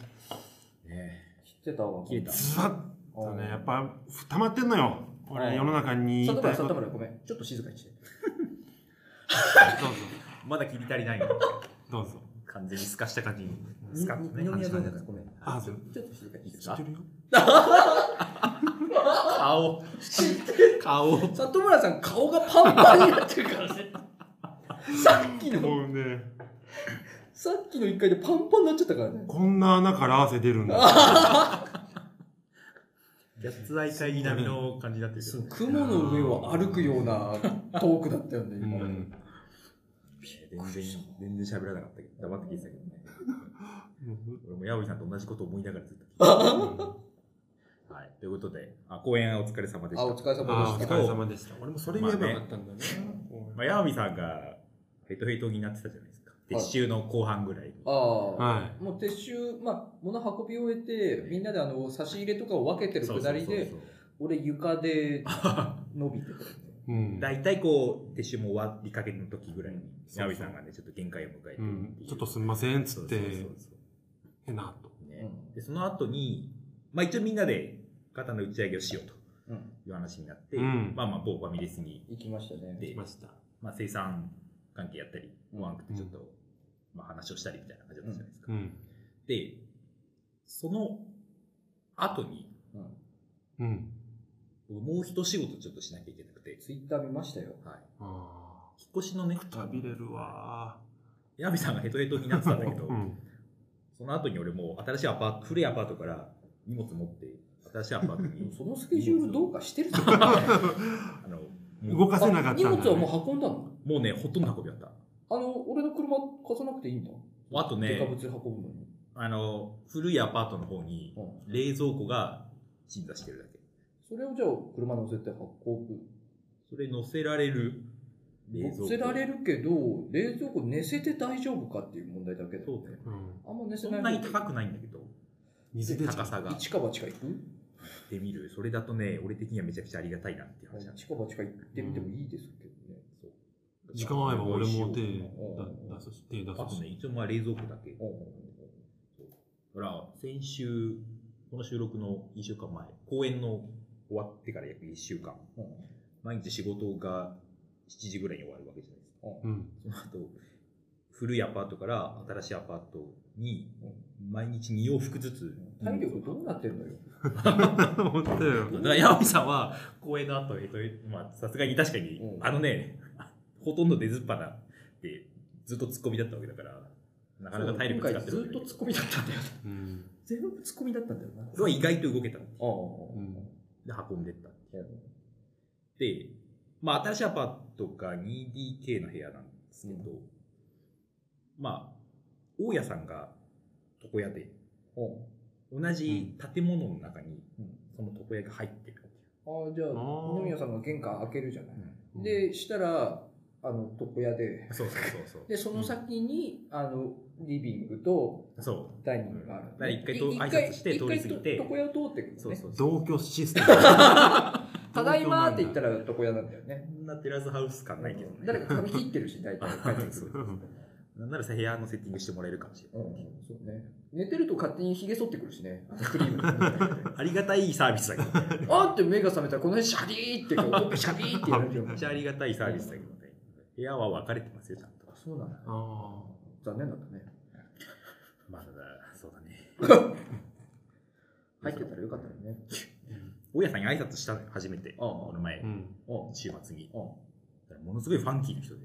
いね切ってたわ。切れたズワッとね、やっぱ、溜まってんのよ。あ俺、世の中に言い里たい村、こ里と。村、ごめん。ちょっと静かにして。どうぞ。まだ切り足りないの。どうぞ。完全に透かした感じに。に透かったにね、二感宮じなどうんでですかごめん。あちょちょっと静かにいいです知っかてるよ。顔。顔。里村さん、顔がパンパンになってるからね。さっきの、もうね、さっきの一回でパンパンになっちゃったからね。こんな穴から汗出るんだ。ギャッツアイ会議並みの感じになってるけそどの。雲の上を歩くようなトークだったよね、う今。ん。全然、全然喋らなかったけど、黙って聞いてたけどね。俺も矢吹さんと同じこと思いながらずっと聞いてた。はい。ということで、あ、公演お疲れ様でした。あ、お疲れあ様ーおでし疲れ様でした。俺もそれ言えばよかったんだね。まあ、矢吹さんがヘトヘトになってたじゃないですか。はい撤収の後半ぐらい。た。ああ。はもう撤収、まあ、物運び終えて、みんなであの、差し入れとかを分けてるそうくそだうそうりそうで、俺床 で伸びてくる。い。うん。大体こう、撤収も終わりかけの時ぐらいに、そうそう矢吹さんがね、ちょっと限界を迎えてうるんてい。うちょっとすみません、つそっうてそうそう、そう。変なと。ねでその後に、まあ、一応みんなで肩の打ち上げをしようとうん。いう話になって、うんまあまあ某ファミレスに行きましたでね。来ました。まあ、生産関係やったりご飯食ってちょっと、まあ、話をしたりみたいな感じだったじゃないですか、うん。でその後にうん。うん。僕もう一仕事ちょっとしなきゃいけなくて、ツイッター見ましたよ。はい、あ引っ越しのねーくたびれるわ矢部さんがヘトヘトになってたんだけー。ど、うん。その後に俺もう新しいアパート古いアパートから荷物持って新しいアパートでもにそのスケジュールどうかして るじゃん。あのも動うかせなかったんだ、ね。荷物はもう運んだのもうねほとんど運びだったあの、俺の車貸さなくていいんだ。あとデカね物運ぶのに。あの古いアパートの方にうん。冷蔵庫が鎮座してるだけそれをじゃあ、車乗せて運ぶ。それ乗せられる冷蔵庫乗せられるけど、冷蔵庫寝せて大丈夫かっていう問題だけど。そうだようん。あんま寝せそないんなに方がいい。高くないんだけど水出ちゃ高う。さが一か八か行くで見るそれだとね俺的にはめちゃくちゃありがたいなっていう話なんだ一か八か行ってみてもいいですけどね。時間合えば俺も手でだ出すし、手出あとすねし。一応まあ冷蔵庫だけだおうから先週この収録の1週間前公演の終わってから約1週間おう毎日仕事が7時ぐらいに終わるわけじゃないですかおううん。その後古いアパートから新しいアパートに毎日2往復ずつ体力どうなってんのよ。本当よ。だから、ヤオミさんは、公演の後、えっと、まあ、さすがに確かに、うんあのね、ほとんど出ずっぱなで、ずっとツッコミだったわけだから、なかなか体力使ってるそうわけ今回ずっとツっッコミだったんだよ。うん。全部ツッコミだったんだよな。と意外と動けた。で、ああ。うん運んでったっていう。で、まあ、新しいアパートが 2DK の部屋なんですけど、まあ、大家さんが床屋で、おう同じ建物の中にうん、その床屋が入ってるわけよ。ああ、じゃあ、あー二宮さんが玄関開けるじゃない。うんで、したら、あの、床屋で。そうそうそうで、その先に、あの、リビングとそう。そう。ダイニングがある。だから一回と挨拶して通り過ぎて一回と床屋を通ってくる、ね。そうそうそう。同居 システム。ただいまーって言ったら床屋なんだよね。そんなテラスハウス感ないけどね。誰か髪切ってるし、大体帰ってく る。そうなんなら部屋のセッティングしてもらえるかもしれうない。ん、そうね。寝てると勝手に髭剃ってくるしね。クリーム。 ありがたいサービスだけどね。あーって目が覚めたらこの辺シャリーってこう、ほっぺシャリーってやられるよ。めっちゃありがたいサービスだけどね。部屋は分かれてますよ、ちゃんと。そうなんだ。あ残念だったね。まあ、ただ、そうだね。入ってたらよかったよね。大家さんに挨拶したのよ初めて。ああこの前ーう、ん。うん。うん。週末に。だからものすごいファンキーな人で。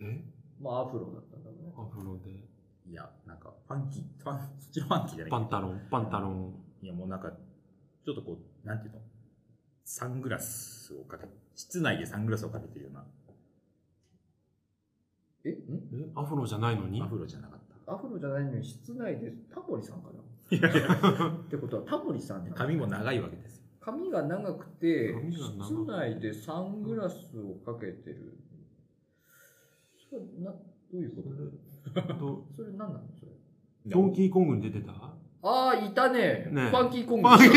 えまあ、アフロだったんだろうね。アフロで。いや、なんか、ファンキー、ファン、 そっちのファンキーじゃない。パンタロン、パンタロン。いや、もうなんか、ちょっとこう、なんていうのサングラスをかけ、室内でサングラスをかけてるような、えんえアフロじゃないのにアフロじゃなかった。アフロじゃないのに室内でタモリさんかなってことはタモリさんね髪も長いわけですよ。髪が長くて髪が長い室内でサングラスをかけてるそれなどういうことどそれ何なのそれドンキーコングに出てたああいたねねえファンキーコンフグァンキ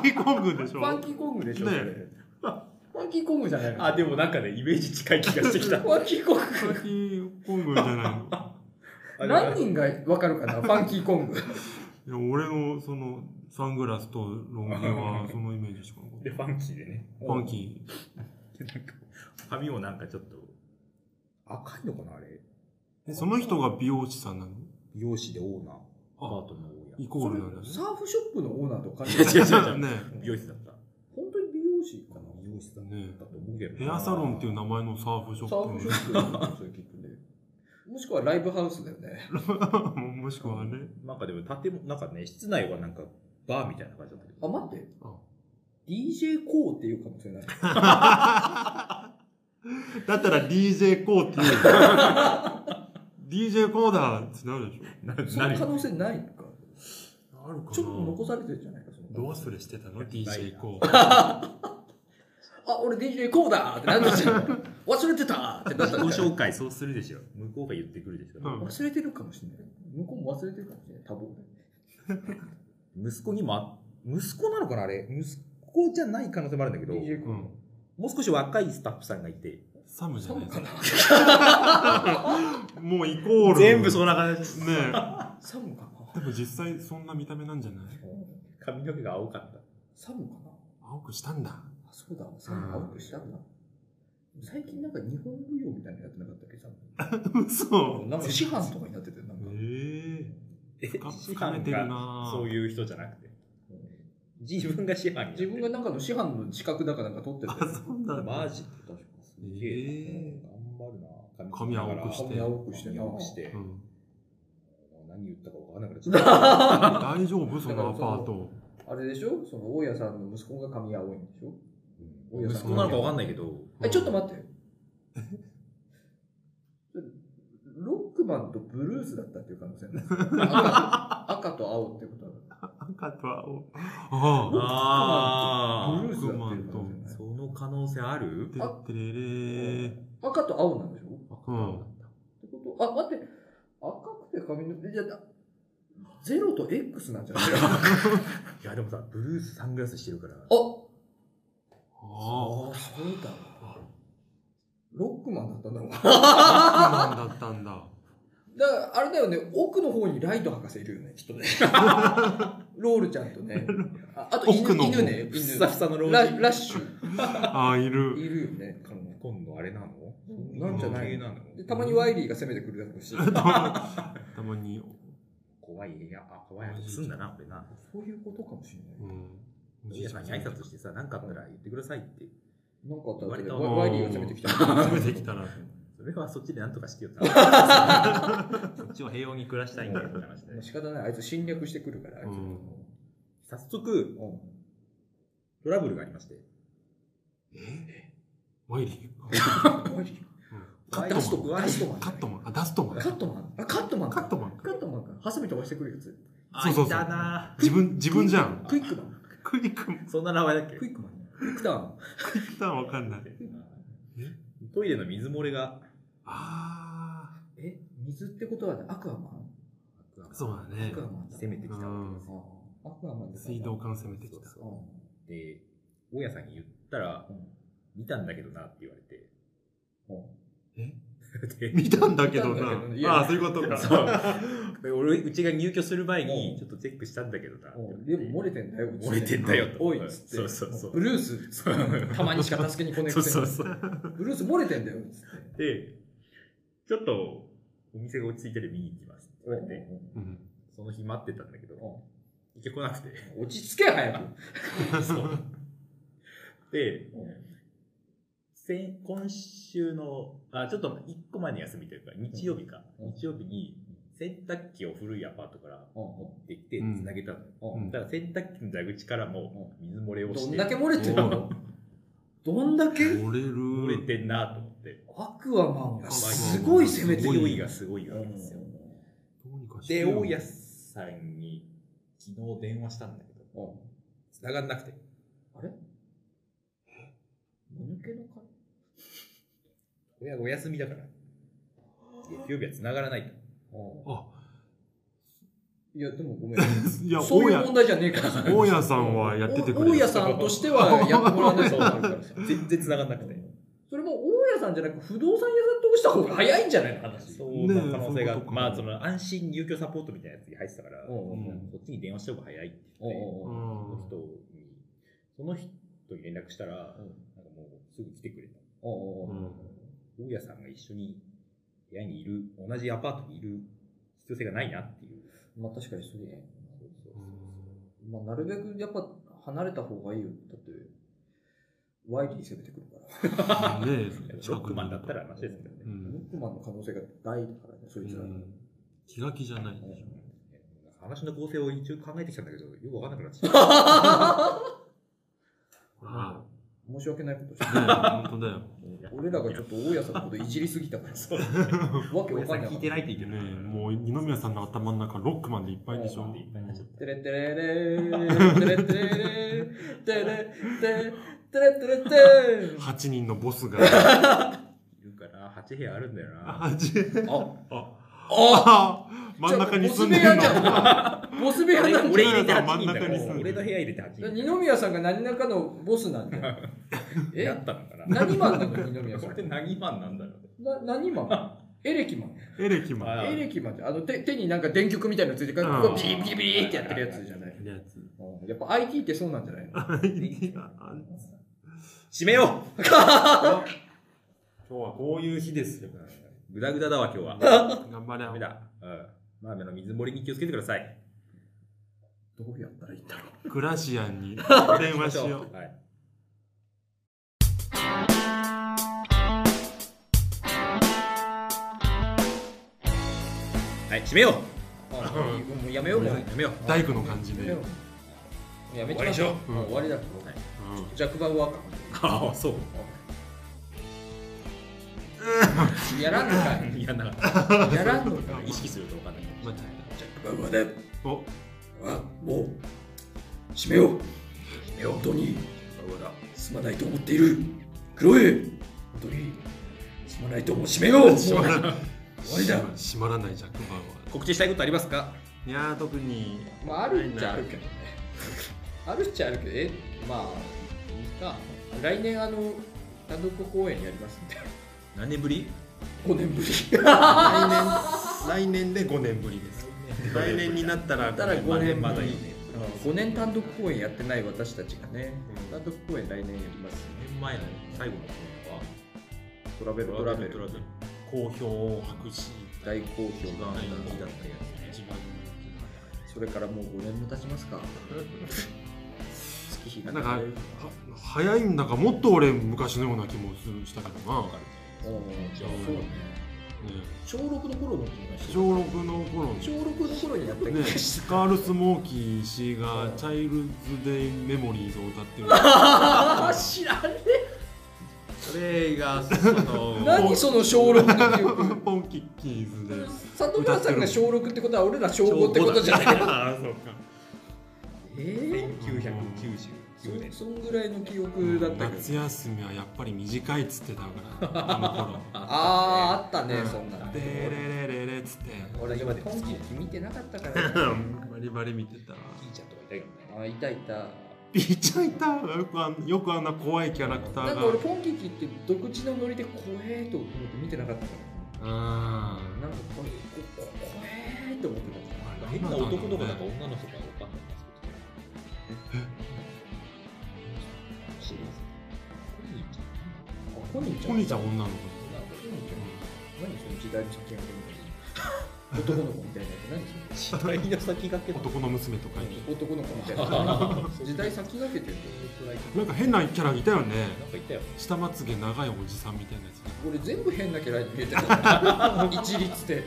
フファンキーコングでしょァンキーコングでしょ、ねえそれファンキーコングじゃないのあ、でもなんかね、イメージ近い気がして きた フ。ァンキーコンファンキーコングじゃないグの何人がわかるかなファンキーコングえいや、俺の、その、サングラスとロン毛は、そのイメージしかなかっで、ファンキーでね。た。ファンキー。 なんか、髪もなんかちょっと、赤いのかなあれ。ー。えその人が美容師さんなの美容師でオーナー。アパあートのオーイナコールなんだね。サーフショップのオーナーとか。ー。違う違う違う。ね美容室だった。本当に美容師かな美容室だっねたと思うけどな。ヘアサロンっていう名前のサーフショサーッフプ。ショップだよねそういう聞くね。もしくはライブハウスだよね。 もしくはね。なんかでも建物、なんかね、室内はなんかバーみたいな感じだったけど。あ、待って。あ DJ コーっていうかもしれない。 だったら DJ コーっていう。DJ コーダーってなるでしなその何可能性ないのか。ょあるかなちょっと残されてるじゃないか、そどの。うするしてたのやってない ?DJ なコー。あ、俺 DJ コーだってなるじゃん。 忘れてたってなっ自た己んじゃない紹介そうするでしょ。向こうが言ってくるでしょ。うん忘れてるかもしれない。向こうも忘れてるかもしれない。多忙で。息子にもあ、息子なのかなあれ。息子じゃない可能性もあるんだけど、 DJ コうー。ん。もう少し若いスタッフさんがいて、サムじゃそないうですかかな。もうイコール。全部ねそんな感じです。え。サムかなでも実際そんな見た目なんじゃない髪の毛が青かった。サムかな青くしたんだ。あ、そうだ、サム青くしたんだ。最近なんか日本舞踊みたいなのやってなかったっけ、サム。嘘。なんか師範とかになってて、なんえか。ええ深深めてるなそうう。いう人じゃなくて。自分が師範になって自分がなんかの師範の資格だかなんか取ってあ、て、そうなんだ。マジって確かにすげえな。頑張るな。髪青くして髪青くしてな、髪青くしてう。ん、何言ったか分からなくなっちゃった。大丈夫そのアパート。あれでしょその大家さんの息子が髪青いんでしょうん息子なのか分かんないけど、え、ちょっと待って。 ロックマンとブルースだったっていう可能性ない赤と赤と青ってこと赤と青。ああはーブルースだっていう可能性ないその可能性あるあ。てってれれー。赤と青なんでしょうん。ってことあ、待って。赤くて髪の毛、じゃあ、ゼロと X なんじゃない あいやでもさ、ブルースサングラスしてるから、そあうだわ。ロックマンだったんだろう。あ。そうなんだったんだ。だから、あれだよね、奥の方にライト博士いるよね、きっ とね。ロールちゃんとね。ああと犬、奥の方犬ね、ふっ犬さふさの老ラ。人。ラッシュああ、いる。 いるよね、彼女今度あれなのうんなんじゃないうんなのでたまにワイリーが攻めてくるだろうし。たまたまに、怖い部屋、あ、怖い部屋すんだな、俺な。そういうことかもしれなうい。ん。おじいさんに挨拶してさ、何かあったら言ってくださいって。なんかあったら割とワイワイリーが攻 めてきた。攻めてきたら。それはそっちで何とかしてよって そっちを平穏に暮らしたいんだよって話で。仕方ない、あいつ侵略してくるから、あいつ。うん早速、うんトラブルがありまして。えワイリワイリーカットマンダストマン、ダストマンー。カットマン。あ、ダストマン。カットマン。あ、カットマンカか。ットマン。カットマンか。ハサミ飛ばしてくるやつ。そうそうそうあいたな自分、自分じゃん。クイックマン。クリックも。そんな名前だっけクイックマン。クイックターン。普段わかんない。トイレの水漏れが。あえ、水ってことはね、アクアマンあ。そうだねアク。アマンだ。攻めてきたわけですよ。あアクアマンで水道管攻めてきそうた。そうで、大家さんに言ったら、見たんだけどなって言われて。えで見たんだけど見たな。んだけどいやああ、そういうことか。そう。 で俺、うちが入居する前うんに、ちょっとチェックしたんだけどな。うんでも漏れてんだよ、漏れてんだよとおいっつって。そうそうそうブルース、たまにしか助けに来ねえそくうせそうに。そう。ブルース漏れてんだよ、つって。で、ちょっと、お店が落ち着いてる見に行きますって言われて、うんその日待ってたんだけど、行けこなくて。落ち着け、早く。そうで、う先今週の、あ、ちょっと一個前の休みというか、日曜日か。うん日曜日に、洗濯機を古いアパートから持ってきて、うん繋げたの。んうんだから洗濯機の蛇口からも水漏れをどしんて、だけ漏れてんのどんだけ折れる。漏れてんなと思って。アクアマンがすごい攻めてす勢ごいがすごいわけですよ。どうにかしてで、よ。大家さんに昨日電話したんだけど、うん繋がんなくて。あれ間抜けの会親がお休みだから、月曜日は繋がらないと。あ、いや、でもごめん。いや、そう大いう家、問題じゃねえから。大家さんはやっててくれる大家さんとしてはやってもらわないと困るからさ。全然繋がんなくて。それも大家さんじゃなく不動産屋さん通した方が早いんじゃないの話。そうなねえ可能性が、そういうことかまあその安心入居サポートみたいなやつに入ってたから、うんうんうんこっちに電話した方が早いって言って、おうおうその人に、その人に連絡したら、なんかもうすぐ来てくれた。おうおうおう大家さんが一緒に部屋にいる、同じアパートにいる必要性がないなっていう。まあ確かにそうね。そうそうまあなるべくやっぱ離れた方がいいよ。だって、ワイリー攻めてくるから。ねそう近ロッくクにマンだったら話ですけどね。うロんックマンの可能性が大だからね、そいつらうに。ん気が気じゃないでしょ話の構成を一応考えてきたんだけど、よくわかんなくなっちゃっほら申し訳ないことして。ね本当だよた 俺らがちょっと大家さんのこといじりすぎたからさ。わけわかんない。聞いてないって言ってるねもう二宮さんの頭の中ロックマンでいっぱいでしょいっぱいになっちゃった。テレテレレー、テレテレレー、テレテレ、テレテレテー。 8人のボス がいるから、8部屋あるんだよな。あじあ、あああ真ん中に住んでるじゃボス部屋な ん俺じ入れて8真ん人だ中かに住んでら、る俺の部屋入れて8ゃん。人。二宮さんが何らかのボスなんじゃん。やえったのかな。何マンなの二宮さこんれっ。て何マンなんだろう。な何マンエレキマン。エレキマンあエレキマンって、あの手手になんか電極みたいなのついてるから、うんここビリビリビリってやってるやつじゃない。いるやつうんやっぱ IT ってそうなんじゃないのあ閉めよう今日はこういう日ですよグダグダだわ、今日は。頑張れ ダメだ。うん。まあ、あの水盛りに気をつけてください。どうやったらいいんだろう。グラシアンに電話し よう。はい。はい、閉めようあもういいもうやめようもう。やめよう大工の感じで。やめようやめちゃいましょう。うんもう終わりだ。うジャックバウアーか。ああ、そう。やらんのか い。いや、なんか、やらんのかい。意識するとわかんない。んまあジャックバウアーで、おあ、もう、閉めよう。閉めよ本当にう。だ。すまないと思っている。クロエ、本当にすまないともう閉めよう。閉まらない終わりだ閉まらないジャックバウ告知したいことありますかアーいやー特にまあ、あるっちゃあるけどね。あるっちゃあるけど、え、まあ、いいか。来年、あの、単独公演やりますんで。何年ぶり5年ぶり。来年来年で5年ぶりです来年になったらたら五5年ままだだいいいねいね。5年単独公演やってない私たちがね、単独公演来年やりますね。年前の最後のトラベルコトラベル。ベル。好評を博し大好評一番が人気だったやつ一ね。番それからもう5年も経ちますか月日がなん流かはれる早いんだかもっと俺昔のような気もするしたけどな、ねわかる。おうじゃあそうね小6の頃の気がして小6の頃に小6の頃にやった気ねが、しスたカール・スモーキー氏が「チャイルズ・デイ・メモリーズ」を歌ってるああ知らねそれが、そえの、何その小6の記憶ポンキッキーズで里村さんが小6ってことは俺ら小5ってことじ ゃないああそうかえ1999ー年。そそんぐらいの記憶だったけど夏休みはやっぱり短いっつってたからあの頃あああった ねうんそんなのでれれれれっつって俺今今期見てなかった からバリバリ見てたキーちゃんとかいたけどね。あいたいたピーちゃんいたよくあんよくあんな怖いキャラクタなんーか俺がポンキッキって独自のノリで怖えと思って見てなかったからあなんかこれ、こ怖えーって思ってた。あ変な男の子だか女の子か分かんないんですけど。あ、コニーちゃん。コニーちゃんコ女の子ニーちゃん。何その時代実験みたいな。男の子みたいなやつ、時代の先駆け男の娘とかに何それ。男の子みたいな。時代先駆けてるけど。なんか変なキャラいたよねなんかいたよ。下まつげ長いおじさんみたいなやつ俺全部変なキャラに見えてた。一律で。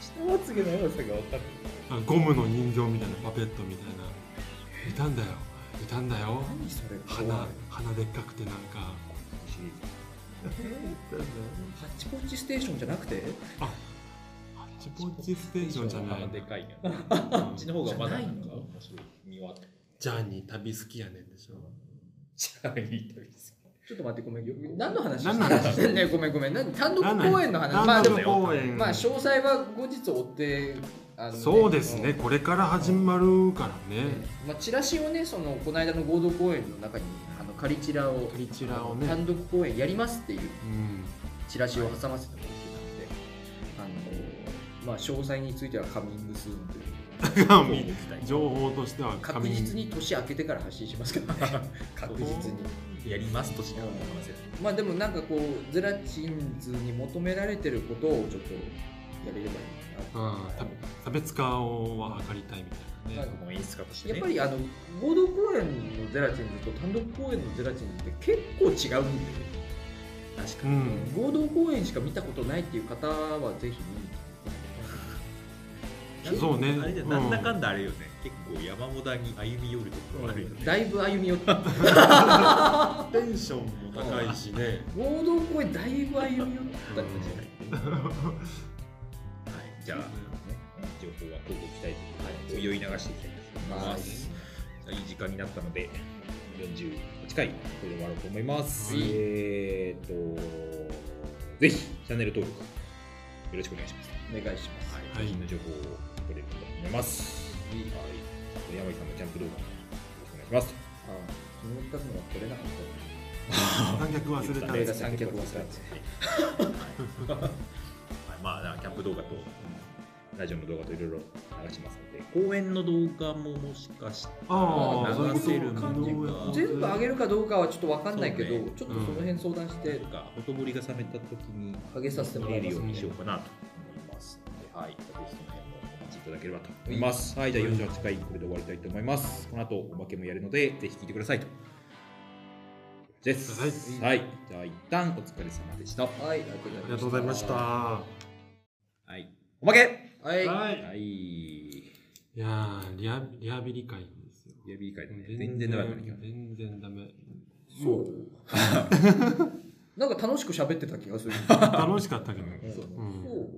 下まつげの良さが分かってあゴムの人形みたいなパペットみたいないたんだよいたんだよ何それ。鼻 鼻でっかくてなんかハッチポッチステーションじゃなくて。ハッチポッチステーションじゃないでかいね。こっちの方がまだなんか面白い。見終わった。ジャーニー旅好きやねんでしょじゃあいいです。ちょっと待って、ごめん。よ何の話何の話してん ねごめんごめん。何単独公演の話。まあ何で度もも。公演まあ詳細は後日追ってあのねそうですね、んこれから始まるからね、まあ、チラシをねそのこの間の合同公演の中にあの仮チラを仮チラをね単独公演やりますっていううん チラシを挟ませてもらってたのであの、まあ、詳細についてはカミングスーン という神こうご期待情報としては確実にに年明けてから発信しますけ どね確実にやりますとしか思いませんまあでもなんかこうゼラチンズに求められてることをちょっとやれればいいなと差差別化をは図りたいみたいなね、僕も演出家としてやっねぱりあの合同公演のゼラチンズと単独公演のゼラチンズって結構違うんで、確かうにん合同公演しか見たことないっていう方はぜひ見に来てなんかそうねあれじゃうんなんだかんだあれよね結構山本田に歩み寄るところあるよねだいぶ歩み寄ってテンションも高いしね、合同公演だいぶ歩み寄ったんじゃないはいじゃあね情報は広告期待と泳い流していきたいと思いままあすいい時間になったので48回これで終わろうと思います、はいえー、とぜひチャンネル登録よろしくお願いします、お願いします、はい、はい最新の情報を取れると思います、はい、山井さんのキャンプ動画よろしくお願いしますああ昨日行ったのは取れなかった観客忘れたんです三脚忘れたはいはいまあなキャンプ動画とラジオの動画といろいろ流しますので公演の動画ももしかしてああ、流せるそういうことか全部あげるかどうかはちょっとわかんないけど、そうねちょっとその辺相談してなんかほとぼりが冷めた時に上げさせてもらい見まれするようにしようかなと思いますので、はい、ぜひその辺もお待ちいただければと思います。はい、じゃあ48回これで終わりたいと思います。この後おまけもやるので、ぜひ聞いてくださいと。です。はいはい、じゃあ一旦お疲れ様でした。はい、あありがとうございました。ははい、おまけはい、い。はい、いやーリハリハビリ会なんですよ。指会だね。全然ダメだったね、今日。全然ダメ。そう。 なんか楽しく喋ってた気が する。楽しかったけど。うんそううんそううん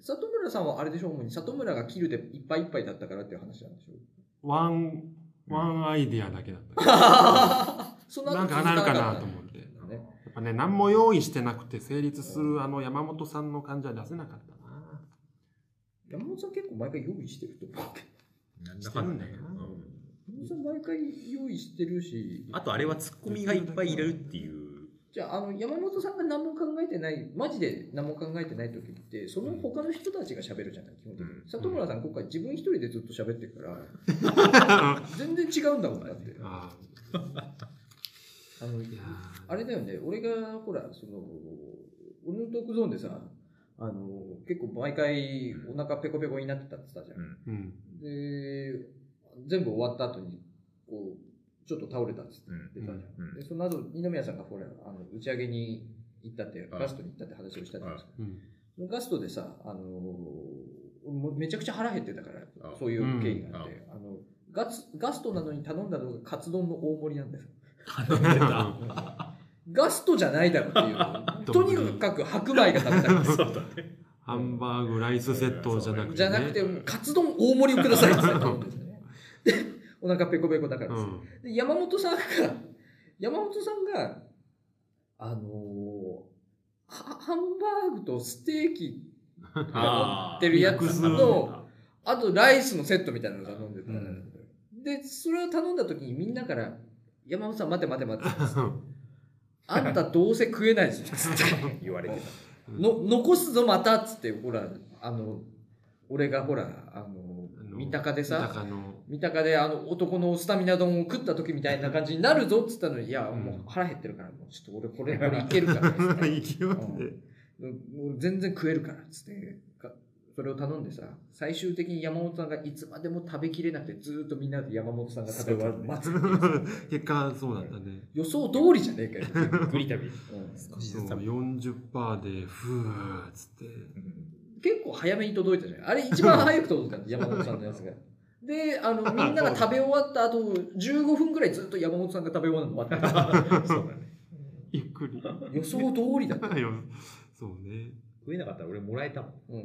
里村さんはあれでしょ主に里村が切るでいっぱいいっぱいだったからっていう話なんでしょワン、ワンアイディアだけだったけ そど。なんかなるかなと思って。やうね。っぱね、何も用意してなくて成立するあの山本さんの感じは出せなかったな。山本さん結構毎回用意してると思うけど。なんだかんだねしてるんだよなうん山本さん毎回用意してるし、あとあれはツッコミがいっぱいいれるっていう。じゃああの山本さんが何も考えてない、マジで何も考えてない時って、その他の人たちが喋るじゃない、基本的にう。ん里村さん今回自分一人でずっと喋ってるから、 全然違うんだもんだって。ああのーいやあれだよね、俺がほら、その、俺のトークゾーンでさ、あの、結構毎回お腹ペコペコになってたって言ってたじゃん。うんーうん。で、全部終わった後に、こう、ちょっと倒れたってうん言ってたじゃん。うんで、その後、二宮さんがほら、あの打ち上げに行ったって、ああガストに行ったって話をしたじゃないですか。うん。そのガストでさ、あの俺もめちゃくちゃ腹減ってたからああ、そういう経緯があって、あの、ガスガストなのに頼んだのがカツ丼の大盛りなんだよ。 頼んでた。ガストじゃないだ ろっていう。とにかく白米が食べた い。そうだね。ハンバーグ、ライスセットじゃなくて、ね。じゃなくて、カツ丼大盛りをくださいって言ったんです よね。で、お腹ペコペコだからうです、ん。で山本さんが、山本さんが、あのーはハンバーグとステーキあー乗ってるやつミックスと、あとライスのセットみたいなの頼んでた、うんで、それを頼んだ時にみんなから、山本さん待て待て 待てって言って。あんたどうせ食えないぞ、つって。言われての残すぞまたっつってほらあの俺がほらあの三鷹で三さ鷹の。三鷹であの男のスタミナ丼を食った時みたいな感じになるぞっつったのにいやもう腹減ってるからもうちょっと俺これこれいけるからっつっ勢ていで。もう全然食えるからっつってかそれを頼んでさ最終的に山本さんがいつまでも食べきれなくてずーっとみんなで山本さんが食べ終わるの待つっていう さ結果、そうだったね。予想通りじゃねえかよ、た。グリ旅。うん少しそずうつ食べて40%で、ふーっつって。結構早めに届いたじゃん。あれ一番早く届いたの、山本さんのやつが。で、あの、みんなが食べ終わった後、15分くらいずっと山本さんが食べ終わるの待ってた。 そうだね。ゆっくり。予想通りだった。よそうね。食えなかったら俺もらえたもん。うん。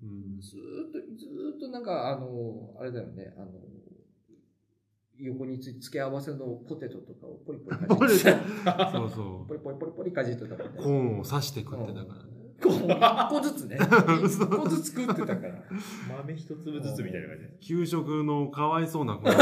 うん。ずーっと、ずーっとなんか、あの、あれだよね、あの、横につ付け合わせのポテトとか をポリポリかじってた。そうそポリポリポリポリかじってたもんう。コね。ーンを刺して食ってたからね。こう、一個ずつね。一個ずつ食ってたから。豆一粒ずつみたいな感じで。給食のかわいそうな 子そ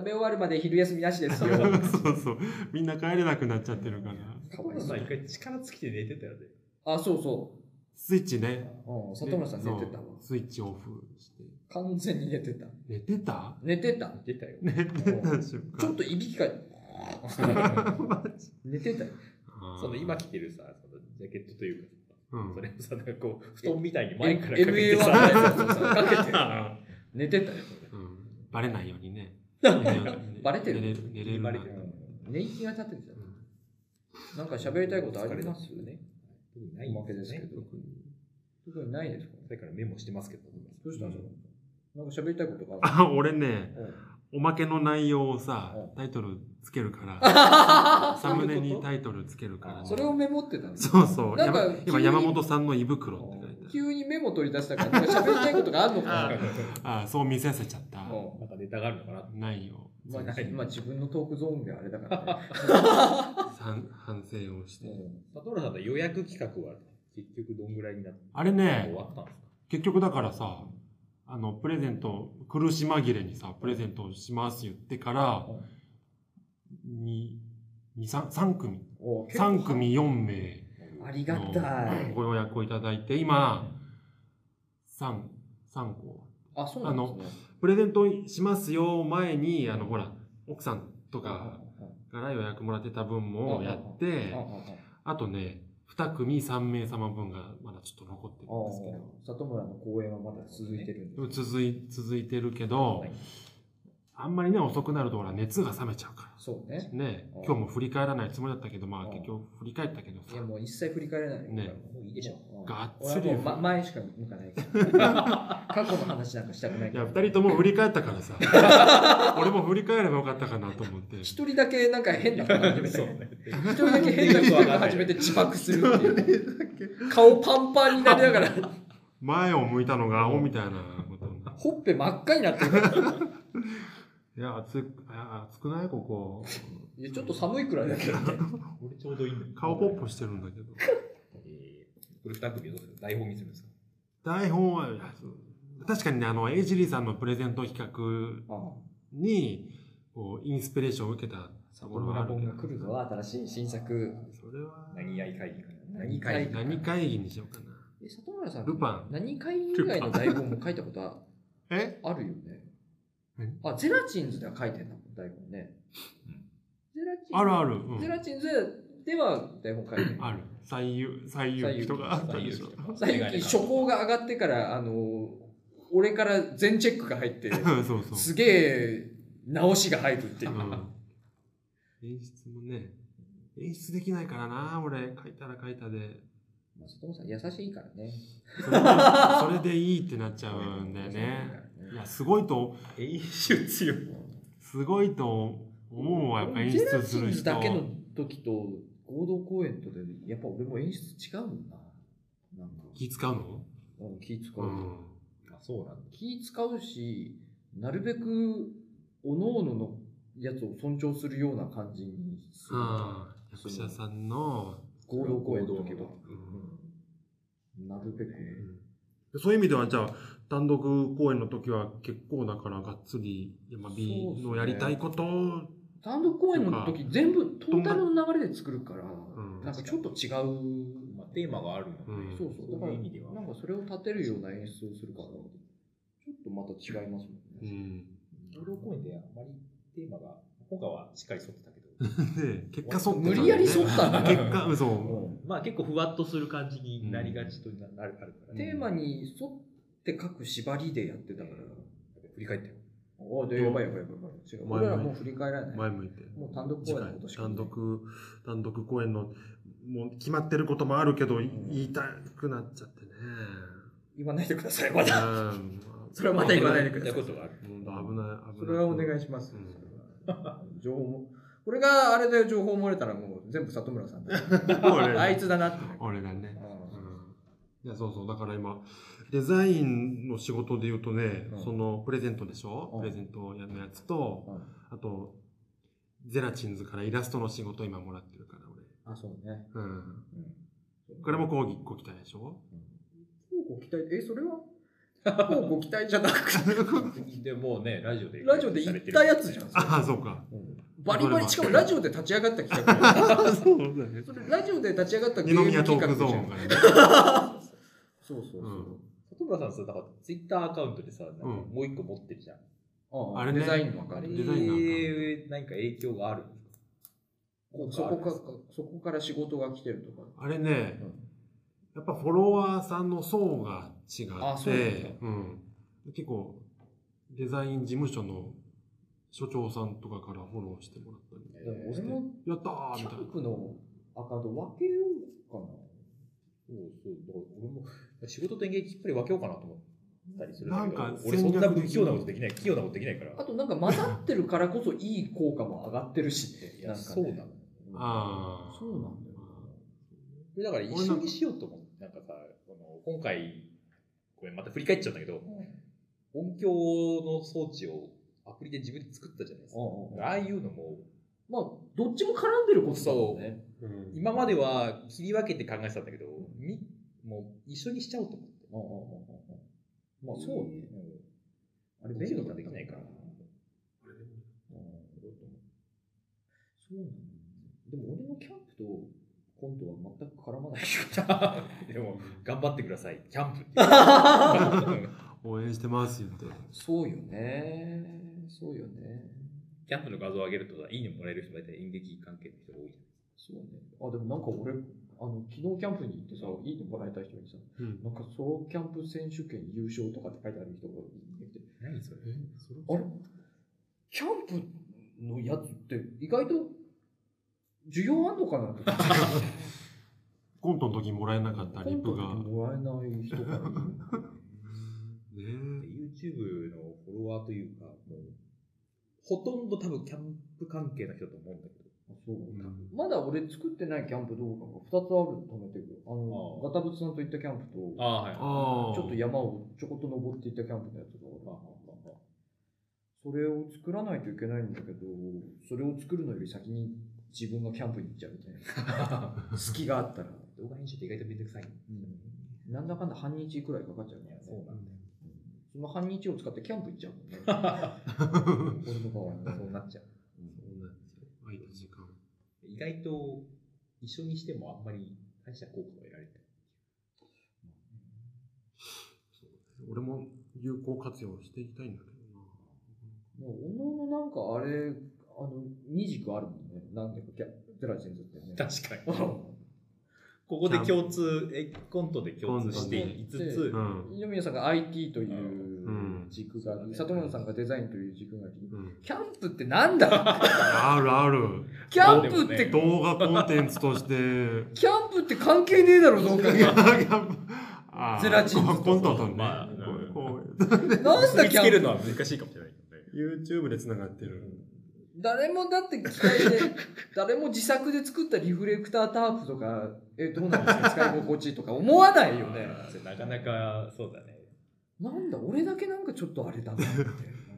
食べ終わるまで昼休みなしですよ。うそう。みんな帰れなくなっちゃってるから。コロナさん一回力尽きて寝てたよね。あ、そうそスイッチね。う。うん、里村さん寝てたわそう。スイッチオフして。完全に寝てた。寝てた寝てた。出たよ。寝てた瞬間。ちょっといびきかい。寝てたよ。あーその今着てるさ、そのジャケットというか、うんそれをさ、なんかこう、布団みた いに前からかけて MA1 さ、 かけてあ寝てたよ。うんバレないようにね。 バレてる寝れる。寝れるなバレてる寝息が立ってるじゃうんん。なんか喋りたいことあります疲れてるね。特にないおまけですけど。特にないですかだからメモしてますけど。どう したんですかなんか喋りたいことがあるあ、俺ね、おまけの内容をさう、タイトルつける から、サムネにタイトルつけるから。それをメモってたんですそうそう。なんか山急今、に山本さんの胃袋って書いてある。急にメモ取り出したから、なんか喋りたいことがあるのかなああそう見せせちゃ った。うんなんかネタがあるのかなないよ。まあ、まあ自分のトークゾーンであれだからね。反反省をして。里村さんの予約企画は結局どんぐらいになってあれ終ね、わったんですか結局だからさ、あの、プレゼント、苦し紛れにさ、プレゼントします言ってから、に、に、三三組。 お三組四名ありがたのい。ご予約をいただいて、今、三、三個。あ、そうなんですね。プレゼントしますよ前に、あの、ほら、奥さんとかから予約もらってた分もやって、あとね、二組三名様分がまだちょっと残ってるんですけど。里村の公演はまだ続いてるんでもです続い、続いてるけど、はいあんまりね、遅くなるとほら、熱が冷めちゃうかそうら。ね。ね、うん今日も振り返らないつもりだったけど、まあうん結局振り返ったけどいさや、、もう一切振り返らないよ。ねもういいでしょ。うんがっ俺つはりもう、ま、前しか向 かないから。過去の話なんかしたくないいからや、二人とも振り返ったから さ、俺も振り返ればよかったかなと思って。一人だけなんか変なこと始め たそうよね。ね。 一人だけ変なこと始めて自爆するっていう。顔パンパンになりながら、前を向いたのがアホみたいなことになるほっぺ真っ赤になってるから。いや、暑い、あ暑くないここ。いや、ちょっと寒いくらいだけどね。俺ちょうどいいんだよ。顔ポッポしてるんだけど。えーこれ二組どうする台本見せるんですか台本は、いや確かにね、あの、エイジリーさんのプレゼント企画あに、こう、インスピレーションを受けたところはあるけど。来るぞ、新しい新作。それは、何やい会議かな何会議何会議にしようかな。え、里村さん、ルパン。何回以外の台本も書いたことはえあるよね何。あ、ゼラチンズでは書いてんだもん、台本ね。ゼラチンズあるある。うんゼラチンズでは台本書いてる。ある。最優、最優記とかあったでしょ。さゆき、初稿が上がってから、あの、俺から全チェックが入って、うんそうそう。すげえ直しが入るっていう う。ん演出もね、演出できないからな、俺、書いたら書いたで。まあ、里村さん優しいからね。そ れでそれでいいってなっちゃうんだよ優しいかね。らいねや、すごいと、演出強い。すごいと思うわ、やっぱ演ゼラ出チすンるズ人。だけの時と合同公演とで、やっぱ俺も演出違うもんな。なんか、気使うのうん気使う。うん。あ、そうなんだ。気使うし、なるべく、おのおののやつを尊重するような感じにする。ああ、役者さんの、合同公演の時は。うんなるべく。そういう意味では、じゃあ、単独公演の時は結構だから、がっつり山そうっ B すねのやりたいことを、単独公演の時全部トータルの流れで作るから、んなんかちょっと違う。 まあ、テーマがあるので、うんそうそう。だから、いう意味では。なんかそれを立てるような演出をするから、ちょっとまた違いますもんうね。ん合同公演であまりテーマが、他はしっかり沿ってたけど、で、結果そってたんだよね無理やり沿ったんだ結果、嘘。うん まあ結構ふわっとする感じになりがちとななるあるからね。テーマに沿って書く縛りでやってたから。振り返ってよ。おでやばいやばいやばいやばい。違う。前俺らもう振り返らない。前向いて。もう単独公演のことしか単独、単独公演の、もう決まってることもあるけど、い言いたくなっちゃってね。言わないでください、まだ。うん それはまた言わないでくだやこさ い。とがある。危ない、危ない。それはお願いします。うん情報も。これがあれだよ、情報漏れたらもう全部里村さんだよ俺あいだ。つだなって。俺だね。ううんいや、そうそう。だから今、デザインの仕事で言うとね、うんその、プレゼントでしょ、うんプレゼントやのやつと、うんあと、ゼラチンズからイラストの仕事今もらってるから、俺。あ、そうね。うん。そうこれも講義ご期待でしょご期待、え、それはもうご期待じゃなくて、でもうね、ラジオで。ラジオで言ったやつじゃん。。それああ、そうか。バリバリ、しかもラジオで立ち上がった企画。そうだね。それラジオで立ち上がったゲ二ーム宮ト企ー画じクゾゃーンん。がね。そうそううそんう。里村さんさ、なんかツイッターアカウントでさ、なんかうんもう一個持ってるじゃん。あああれねデザインのあかれ、れデザインなん何かか影響があるんですかそこかそこから仕事が来てるとか。あれね、やっぱフォロワーさんの層が違あっそうなんだて、うん、結構デザイン事務所の所長さんとかからフォローしてもらったり、でも俺俺ももやったーキみャたいなン。プのアカウント分けようかな。そうそう。だから俺も仕事と演劇きっぱり分けようかなと思ったりするんだけど。なんか俺そんな戦略不器用なことできない、器用なことできないから。あとなんか混ざってるからこそいい効果も上がってるしって。いや、なんかそうなの。ああ。そうなんだよでだから一緒にしようと思って、なんかさ、この今回、これまた振り返っちゃうんだけど、音響の装置をアプリで自分で作ったじゃないですか。ああいうのも、まあ、どっちも絡んでることだもんね。うん今までは切り分けて考えてたんだけど、みもう一緒にしちゃおうと 思って。まあ、そうね。あれ、どっち便の方がで利だでききなないいかかららな。そうなんだ。でも、俺のキャンプとコントは全く絡まない。でも、頑張ってください。キャンプ って。応援してます言って。そうよね。そうよね。キャンプの画像を上げるとさ、いいねもらえる人がいて演劇関係の人が多いじそうね。あ、でもなんか俺、あの、昨日キャンプに行ってさ、いいねもらえた人にさ、うんなんかソロキャンプ選手権優勝とかって書いてある人がいて、ゃん。何それえそれあれキャンプのやつって意外と需要あんのかなって。コントの時もらえなかったリップが。コンねトもらえない人がいるんだよねえ YouTube のフォロワーというか、もう、ほとんど多分キャンプ関係の人だと思うんだけど。あそううんまだ俺作ってないキャンプ動画が2つあるとめてくる。あの、あガタブツさんと行ったキャンプと、ああ、はい。ああ。ちょっと山をちょこっと登っていったキャンプのやつが俺はそれを作らないといけないんだけど、それを作るのより先に自分がキャンプに行っちゃうみたい な。隙があったら。動画編集って意外とめんどくさい。うんなんだかんだ半日くらいかかっちゃうね。そうなんだよ。その半日を使ってキャンプ行っちゃうもんね。 俺の場合はそうなっちゃう。そうなんですよ空いた時間。意外と、一緒にしてもあんまり大した効果が得られない。俺も有効活用していきたいんだけどな。もう、おのおのなんかあれ、あの、二軸あるもんね。なんでか、キャゼラチンズってね。確かに。 うここで共通、えコントで共通していつつ、ううんん。ん二宮さんが IT というんう軸があそうだり、ね里村さんがデザインという軸があり、うん、キャンプってな んだあるある。キャンプって、ど動画コンテンツとして、キャンプって関係ねえだろ、どう考えてもあーゼラチンとコントとね、まあうんこうなんだ 見キつけャるンプのは難しいかもしれないけどね。 YouTube でつながってる。誰もだって機械で、誰も自作で作ったリフレクタータープとか、え、どうな んですか使い心地とか思わないよね。それなかなか、そうだね。なんだ、俺だけなんかちょっとあれだなって。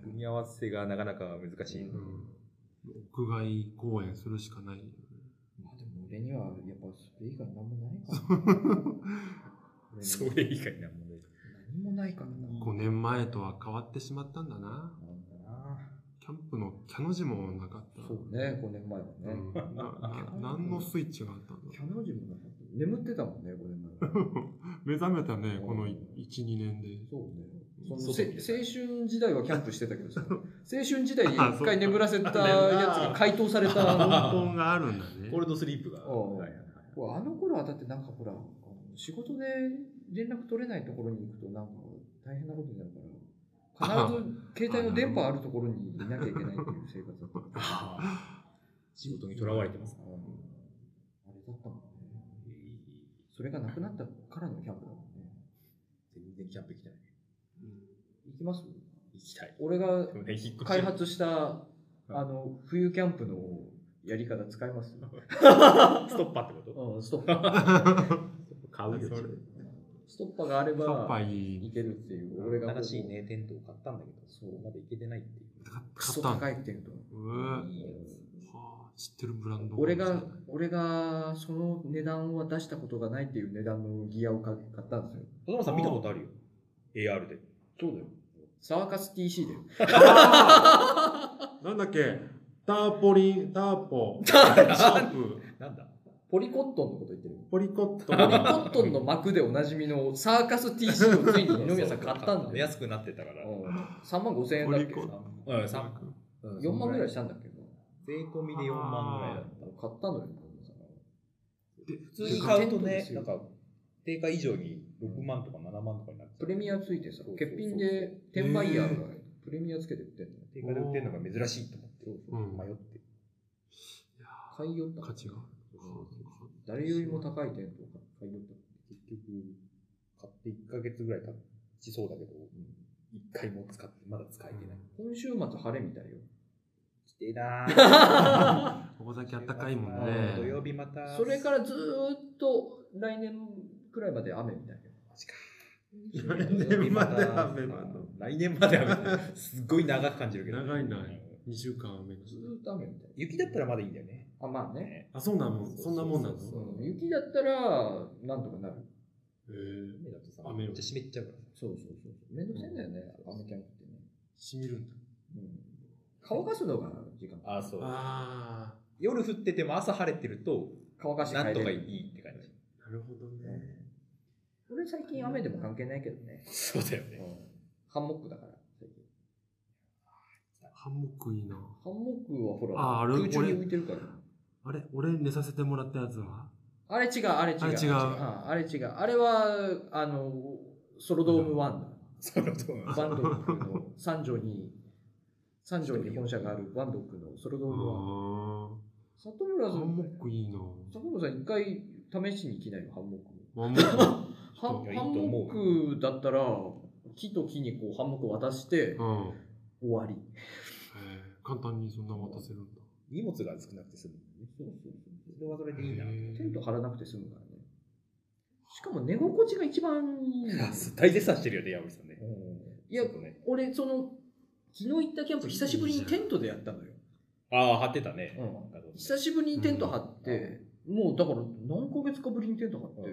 組み合わせがなかなか難しい。うん屋外公演するしかない。まあでも俺にはやっぱそれ以外何もないかな。 それ以外なもんで。何もないからな。 5年前とは変わってしまったんだな。キャンプのキャの字もなかった。そうね、5年前はね。うんなな何のスイッチがあったんだキャノジもなかった眠ってたもんね、5年前は。 目覚めたね、この1、2年で。そうね。その外せに出た青春時代はキャンプしてたけ どさ、青春時代にあそ一うか回眠らせたやつが解凍された。根あ本があるんだね。コールドスリープが。うんはいはいはいの頃はだってなんかほら、あの仕事で連絡取れないところに行くとなんか大変なことになるから、必ず携帯の電波あるところにいなきゃいけないっていう生活だった。 仕事にとらわれてます。ああれだったもんね。それがなくなったからのキャンプだもんね。全然キャンプ行きたい。行きます行きたい。俺がでもね、引っ越し開発した、あの、冬キャンプのやり方使い ますストッパーってことうん、ストッパー。買うよ。それ ストッパーがあれストッパば、ーいいいけるっていう、俺が。新しい。ね、テントを買ったんだけど、そう、まだ行けてないっていう。クソ買ったん高いテント。うーいいやつ。はあ、知ってるブランド俺が、俺がその値段を出したことがないっていう値段のギアを買ったんですよ。戸田さん見たことあるよ。AR で。そうだよ。サーカス TC だよ。あーなんだっけターポリン、ターポ、シャープ、なんだポリコットンのこと言ってる。ポリコッポトリコットンの膜でおなじみのサーカス TC をついに二宮さん買った んだよ。安くなってたから。うん3万5千円だっけポリコうん、ン3、うん4万ぐらいしたんだっけど、税込みで4万ぐらいだった。買ったのよ。で普通に買うとね、なんか、定価以上に6万とか7万とかになっちゃう。プレミアついてさ、欠品で、そう転売ヤーがプレミアつけて売ってんのよ。定価で売ってるのが珍しいと思って、うん迷って。買いよったの価値がある誰よりも高い店舗を買いよったの。結局、買って1ヶ月ぐらい経ちそうだけど、一1回も使って、まだ使えてない。今週末晴れみたいよ。きてえなぁ。 お酒あったかいもんあねー土曜日また。それからずーっと来年くらいまで雨みたいよ。マジか来年まで雨まで来年まで雨。すっごい長く感じるけど。長いな2週間雨のずーっと雨みたい。雪だったらまだいいんだよね。あ、まあね。あそうなのそんなもんなのそうそううん雪だったら、なんとかなる。へえ雨だとさ、雨めよっちゃ湿っちゃうからさ。そうそうそう。めんどくさいんだよね、雨キャンプってね。染みるんだうん乾かすのが時間。あ、そう。あ夜降ってても朝晴れてると、乾かしてなんと帰かれいる。いって感じ。あなるほどね俺最近雨でも関係ないけどね。そうだよう。んハンモックだから、最近。ハンモックいいなハンモックはほら、ああれ空中に浮いてるから。あれ俺寝させてもらったやつはあれ違う、あれ違う。あれ違うああれ違う。あれは、あの、ソロドーム1だ。そのとおりバンドックの三条に、三条に本社があるバンドックのソロドーうム1。ん里村ハさンモん、ックいいな里村さん一回試しに来ないよ、ハンモック。ハンモ ックハンいやいいハンとモ思うックだったら、木と木にこうハンモック渡して、うん終わり。へえ簡単にそんな渡せるんだ 荷物が少なくて済むもんね。それはそれでいいな。 テントへ張らなくて済むからね。しかも寝心地が一番いいん だよ。大絶賛してるよね、矢部さんねう。んいやちょっとね、俺、その、昨日行ったキャンプ、久しぶりにテントでやったのよ。ああ、張ってたね。うん久しぶりにテント張って、もうだから何ヶ月かぶりにテント張って、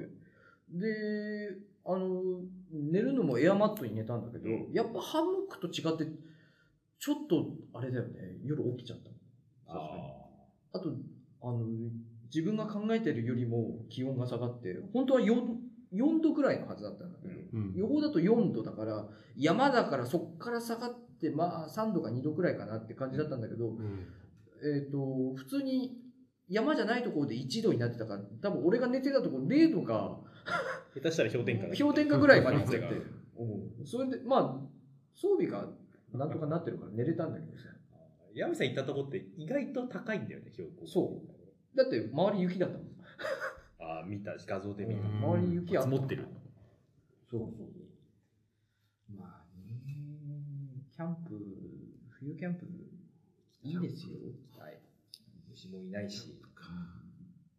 で、あの、寝るのもエアマットに寝たんだけど、うんやっぱハンモックと違って、ちょっとあれだよね、夜起きちゃった。ああと、あの、自分が考えてるよりも気温が下がって、本当は 4, 4度くらいのはずだったんだけど、うんーうん予報だと4度だから、山だからそっから下がって、まあ3度か2度くらいかなって感じだったんだけど、うんえっ、と、普通に山じゃないところで1度になってたから、多分俺が寝てたところ0度か、下手したら氷点下だ氷点下ぐらいまで行っちゃってうん。うんそれで、まあ、装備がなんとかなってるから寝れたんだけどさ。矢部さん行ったとこって意外と高いんだよね、標高。そだって周り雪だったもん。う。ああ、見た。画像で見うんた。周り雪あ積もってる。そうそう。まあね、キャンプ、冬キャンプ、いいですよ。はい。虫もいないし、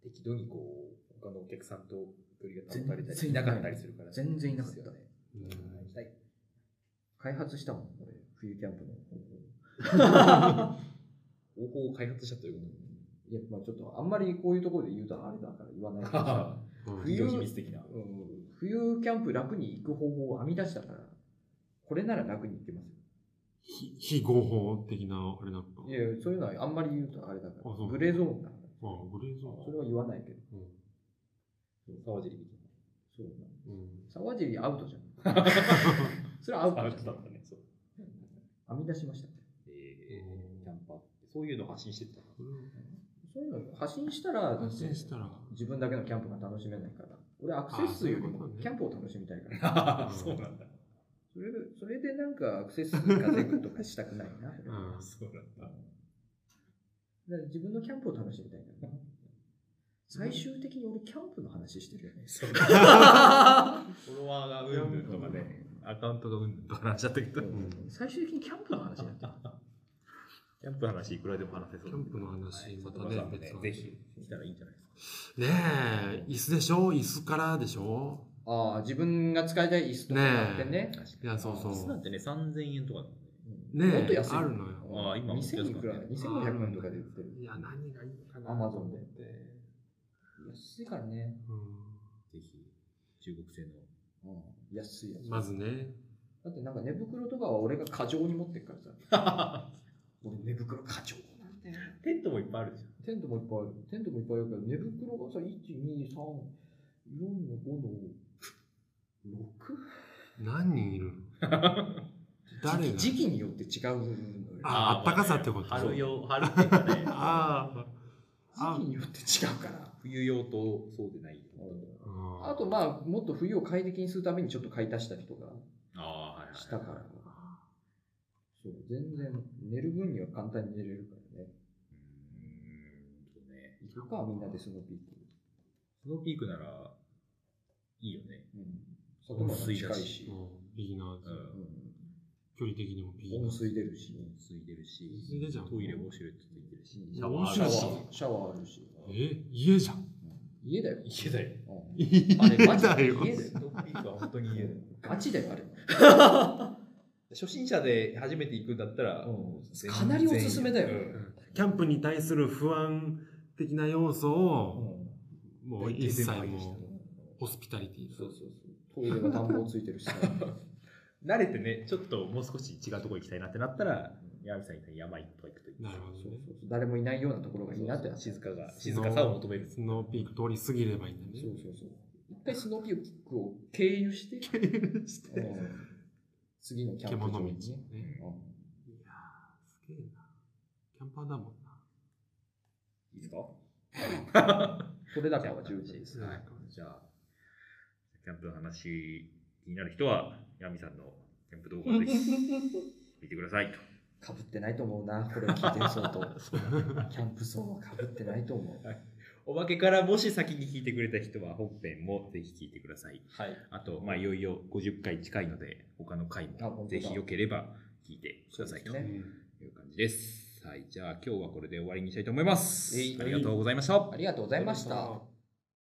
適度にこう、他のお客さんと距離が保たれた全り、い然なかったりするから。全然いなかったですよね。うん行きたい開発したもん、俺、冬キャンプの方法。方法を開発したというこいや、まあちょっと、あんまりこういうところで言うとあれだから言わないけとど はさうん企業秘密的な。うん冬キャンプ楽に行く方法を編み出したから、これなら楽に行けます非非合法的なあれなんだよ。いやいや、そういうのはあんまり言うとあれだかあそうら、グレーゾーンだから、あグレーゾそれは言わないけど。ーン沢尻的そうなのうんうん沢尻アウトじゃん。 それはアウな。あ、トちょっじとゃんだ。ったね。そう。編み出しました。えー、キャンパーって、そういうの発信してた。そういうの発信したら、発信した ら自分だけのキャンプが楽しめないから。俺、アクセス数よりもキャンプを楽しみたいから。ああ、そうなんだ。それで、それでなんかアクセス数稼ぐとかしたくないな。うんそうなんだ。だから自分のキャンプを楽しみたいんだよね。最終的に俺キャンプの話してるよね。そう フォロワーがうんぬんとかね、アカウントがうんぬんとか話しちゃったけど、ん最終的にキャンプの話にな ってる。キャンプの話いくらでも話せそう。キャンプの話またねはい佐藤さんも別のぜひ来たらいいんじゃないですか。ねえ椅子でしょ椅子からでしょああ、自分が使いたい椅子とかやってね。いやそうそう椅子なんてね、3000円とかだもんね。うんねもっと安いあるのよ。ああ今も安かった2000いくら ?2500 円とかで売ってる。いや、何がいいかな。アマゾンで。安いからね。うぜひ、中国製の。うん、安いやんつ。まずね。だってなんか寝袋とかは俺が過剰に持ってるからさ。俺寝袋過剰なんだよ。テントもいっぱいあるでしょ。テントもいっぱいある。テントもいっぱいあるけど、寝袋がさ、1、2、3、4の5の 6? 何人いるの 誰が時期によって違うのよ。ああったかさってこと。春用、春っていうかねああ時期によって違うから。冬用とそうでない。あ。あとまあ、もっと冬を快適にするためにちょっと買い足したりとかああ、はいはい。したから。そう、全然寝る分には簡単に寝れるからね。うーんとね。行くか、みんなでスノーピーク。スノーピークなら、いいよね。うん。外まで近いし。うんビギナーズう。ん。う距離的にもビギん。ナ温ーズ。水出るし。ついてるし、水出ちゃうのトイレ、ウォシュレットついてるし。シシャャワワーーシャワシャワーシャワーあるし。え家じゃん。家だよ。家だよ。うん家あれマジだでよ。家だスよ。ノーピークは本当に家だよ。ガチだよ、あれ。初心者で初めて行くんだったら、うんかなりおすすめだようんキャンプに対する不安的な要素を、うもう一切全部排除もしう、んホスピタリティ。そうそうそう。トイレは暖房ついてるしさ。慣れてね、ちょっともう少し違うとこ行きたいなってなったら、矢部さんみたいに山一歩行くといい。なるほどそうね。そうそう誰もいないようなところがいいなってな静かが、ス静ノーかさを求め る。スノーピーク通り過ぎればいいんだそうね。そうそう。一回スノーピークを経由して、してうん次のキャンプ獣場道ね。にいね。やうんーすげえな。キャンパーだもんな。いいですかそれだけは十分です。はいじゃあ、キャンプの話、気になる人は、矢部さんのキャンプ動画をぜひ 見てくださいと。かぶってないと思うな、これを聞いてる層と。 キャンプ層はかぶってないと思う。おまけからもし先に聞いてくれた人は本編もぜひ聞いてください。はい。あと、まあ、いよいよ50回近いので、他の回あ本当もだぜひよければ聞いてくださいそとうですねいう感じです。はい、じゃあ今日はこれで終わりにしたいと思いますえい。ありがとうございました。ありがとうございました。うん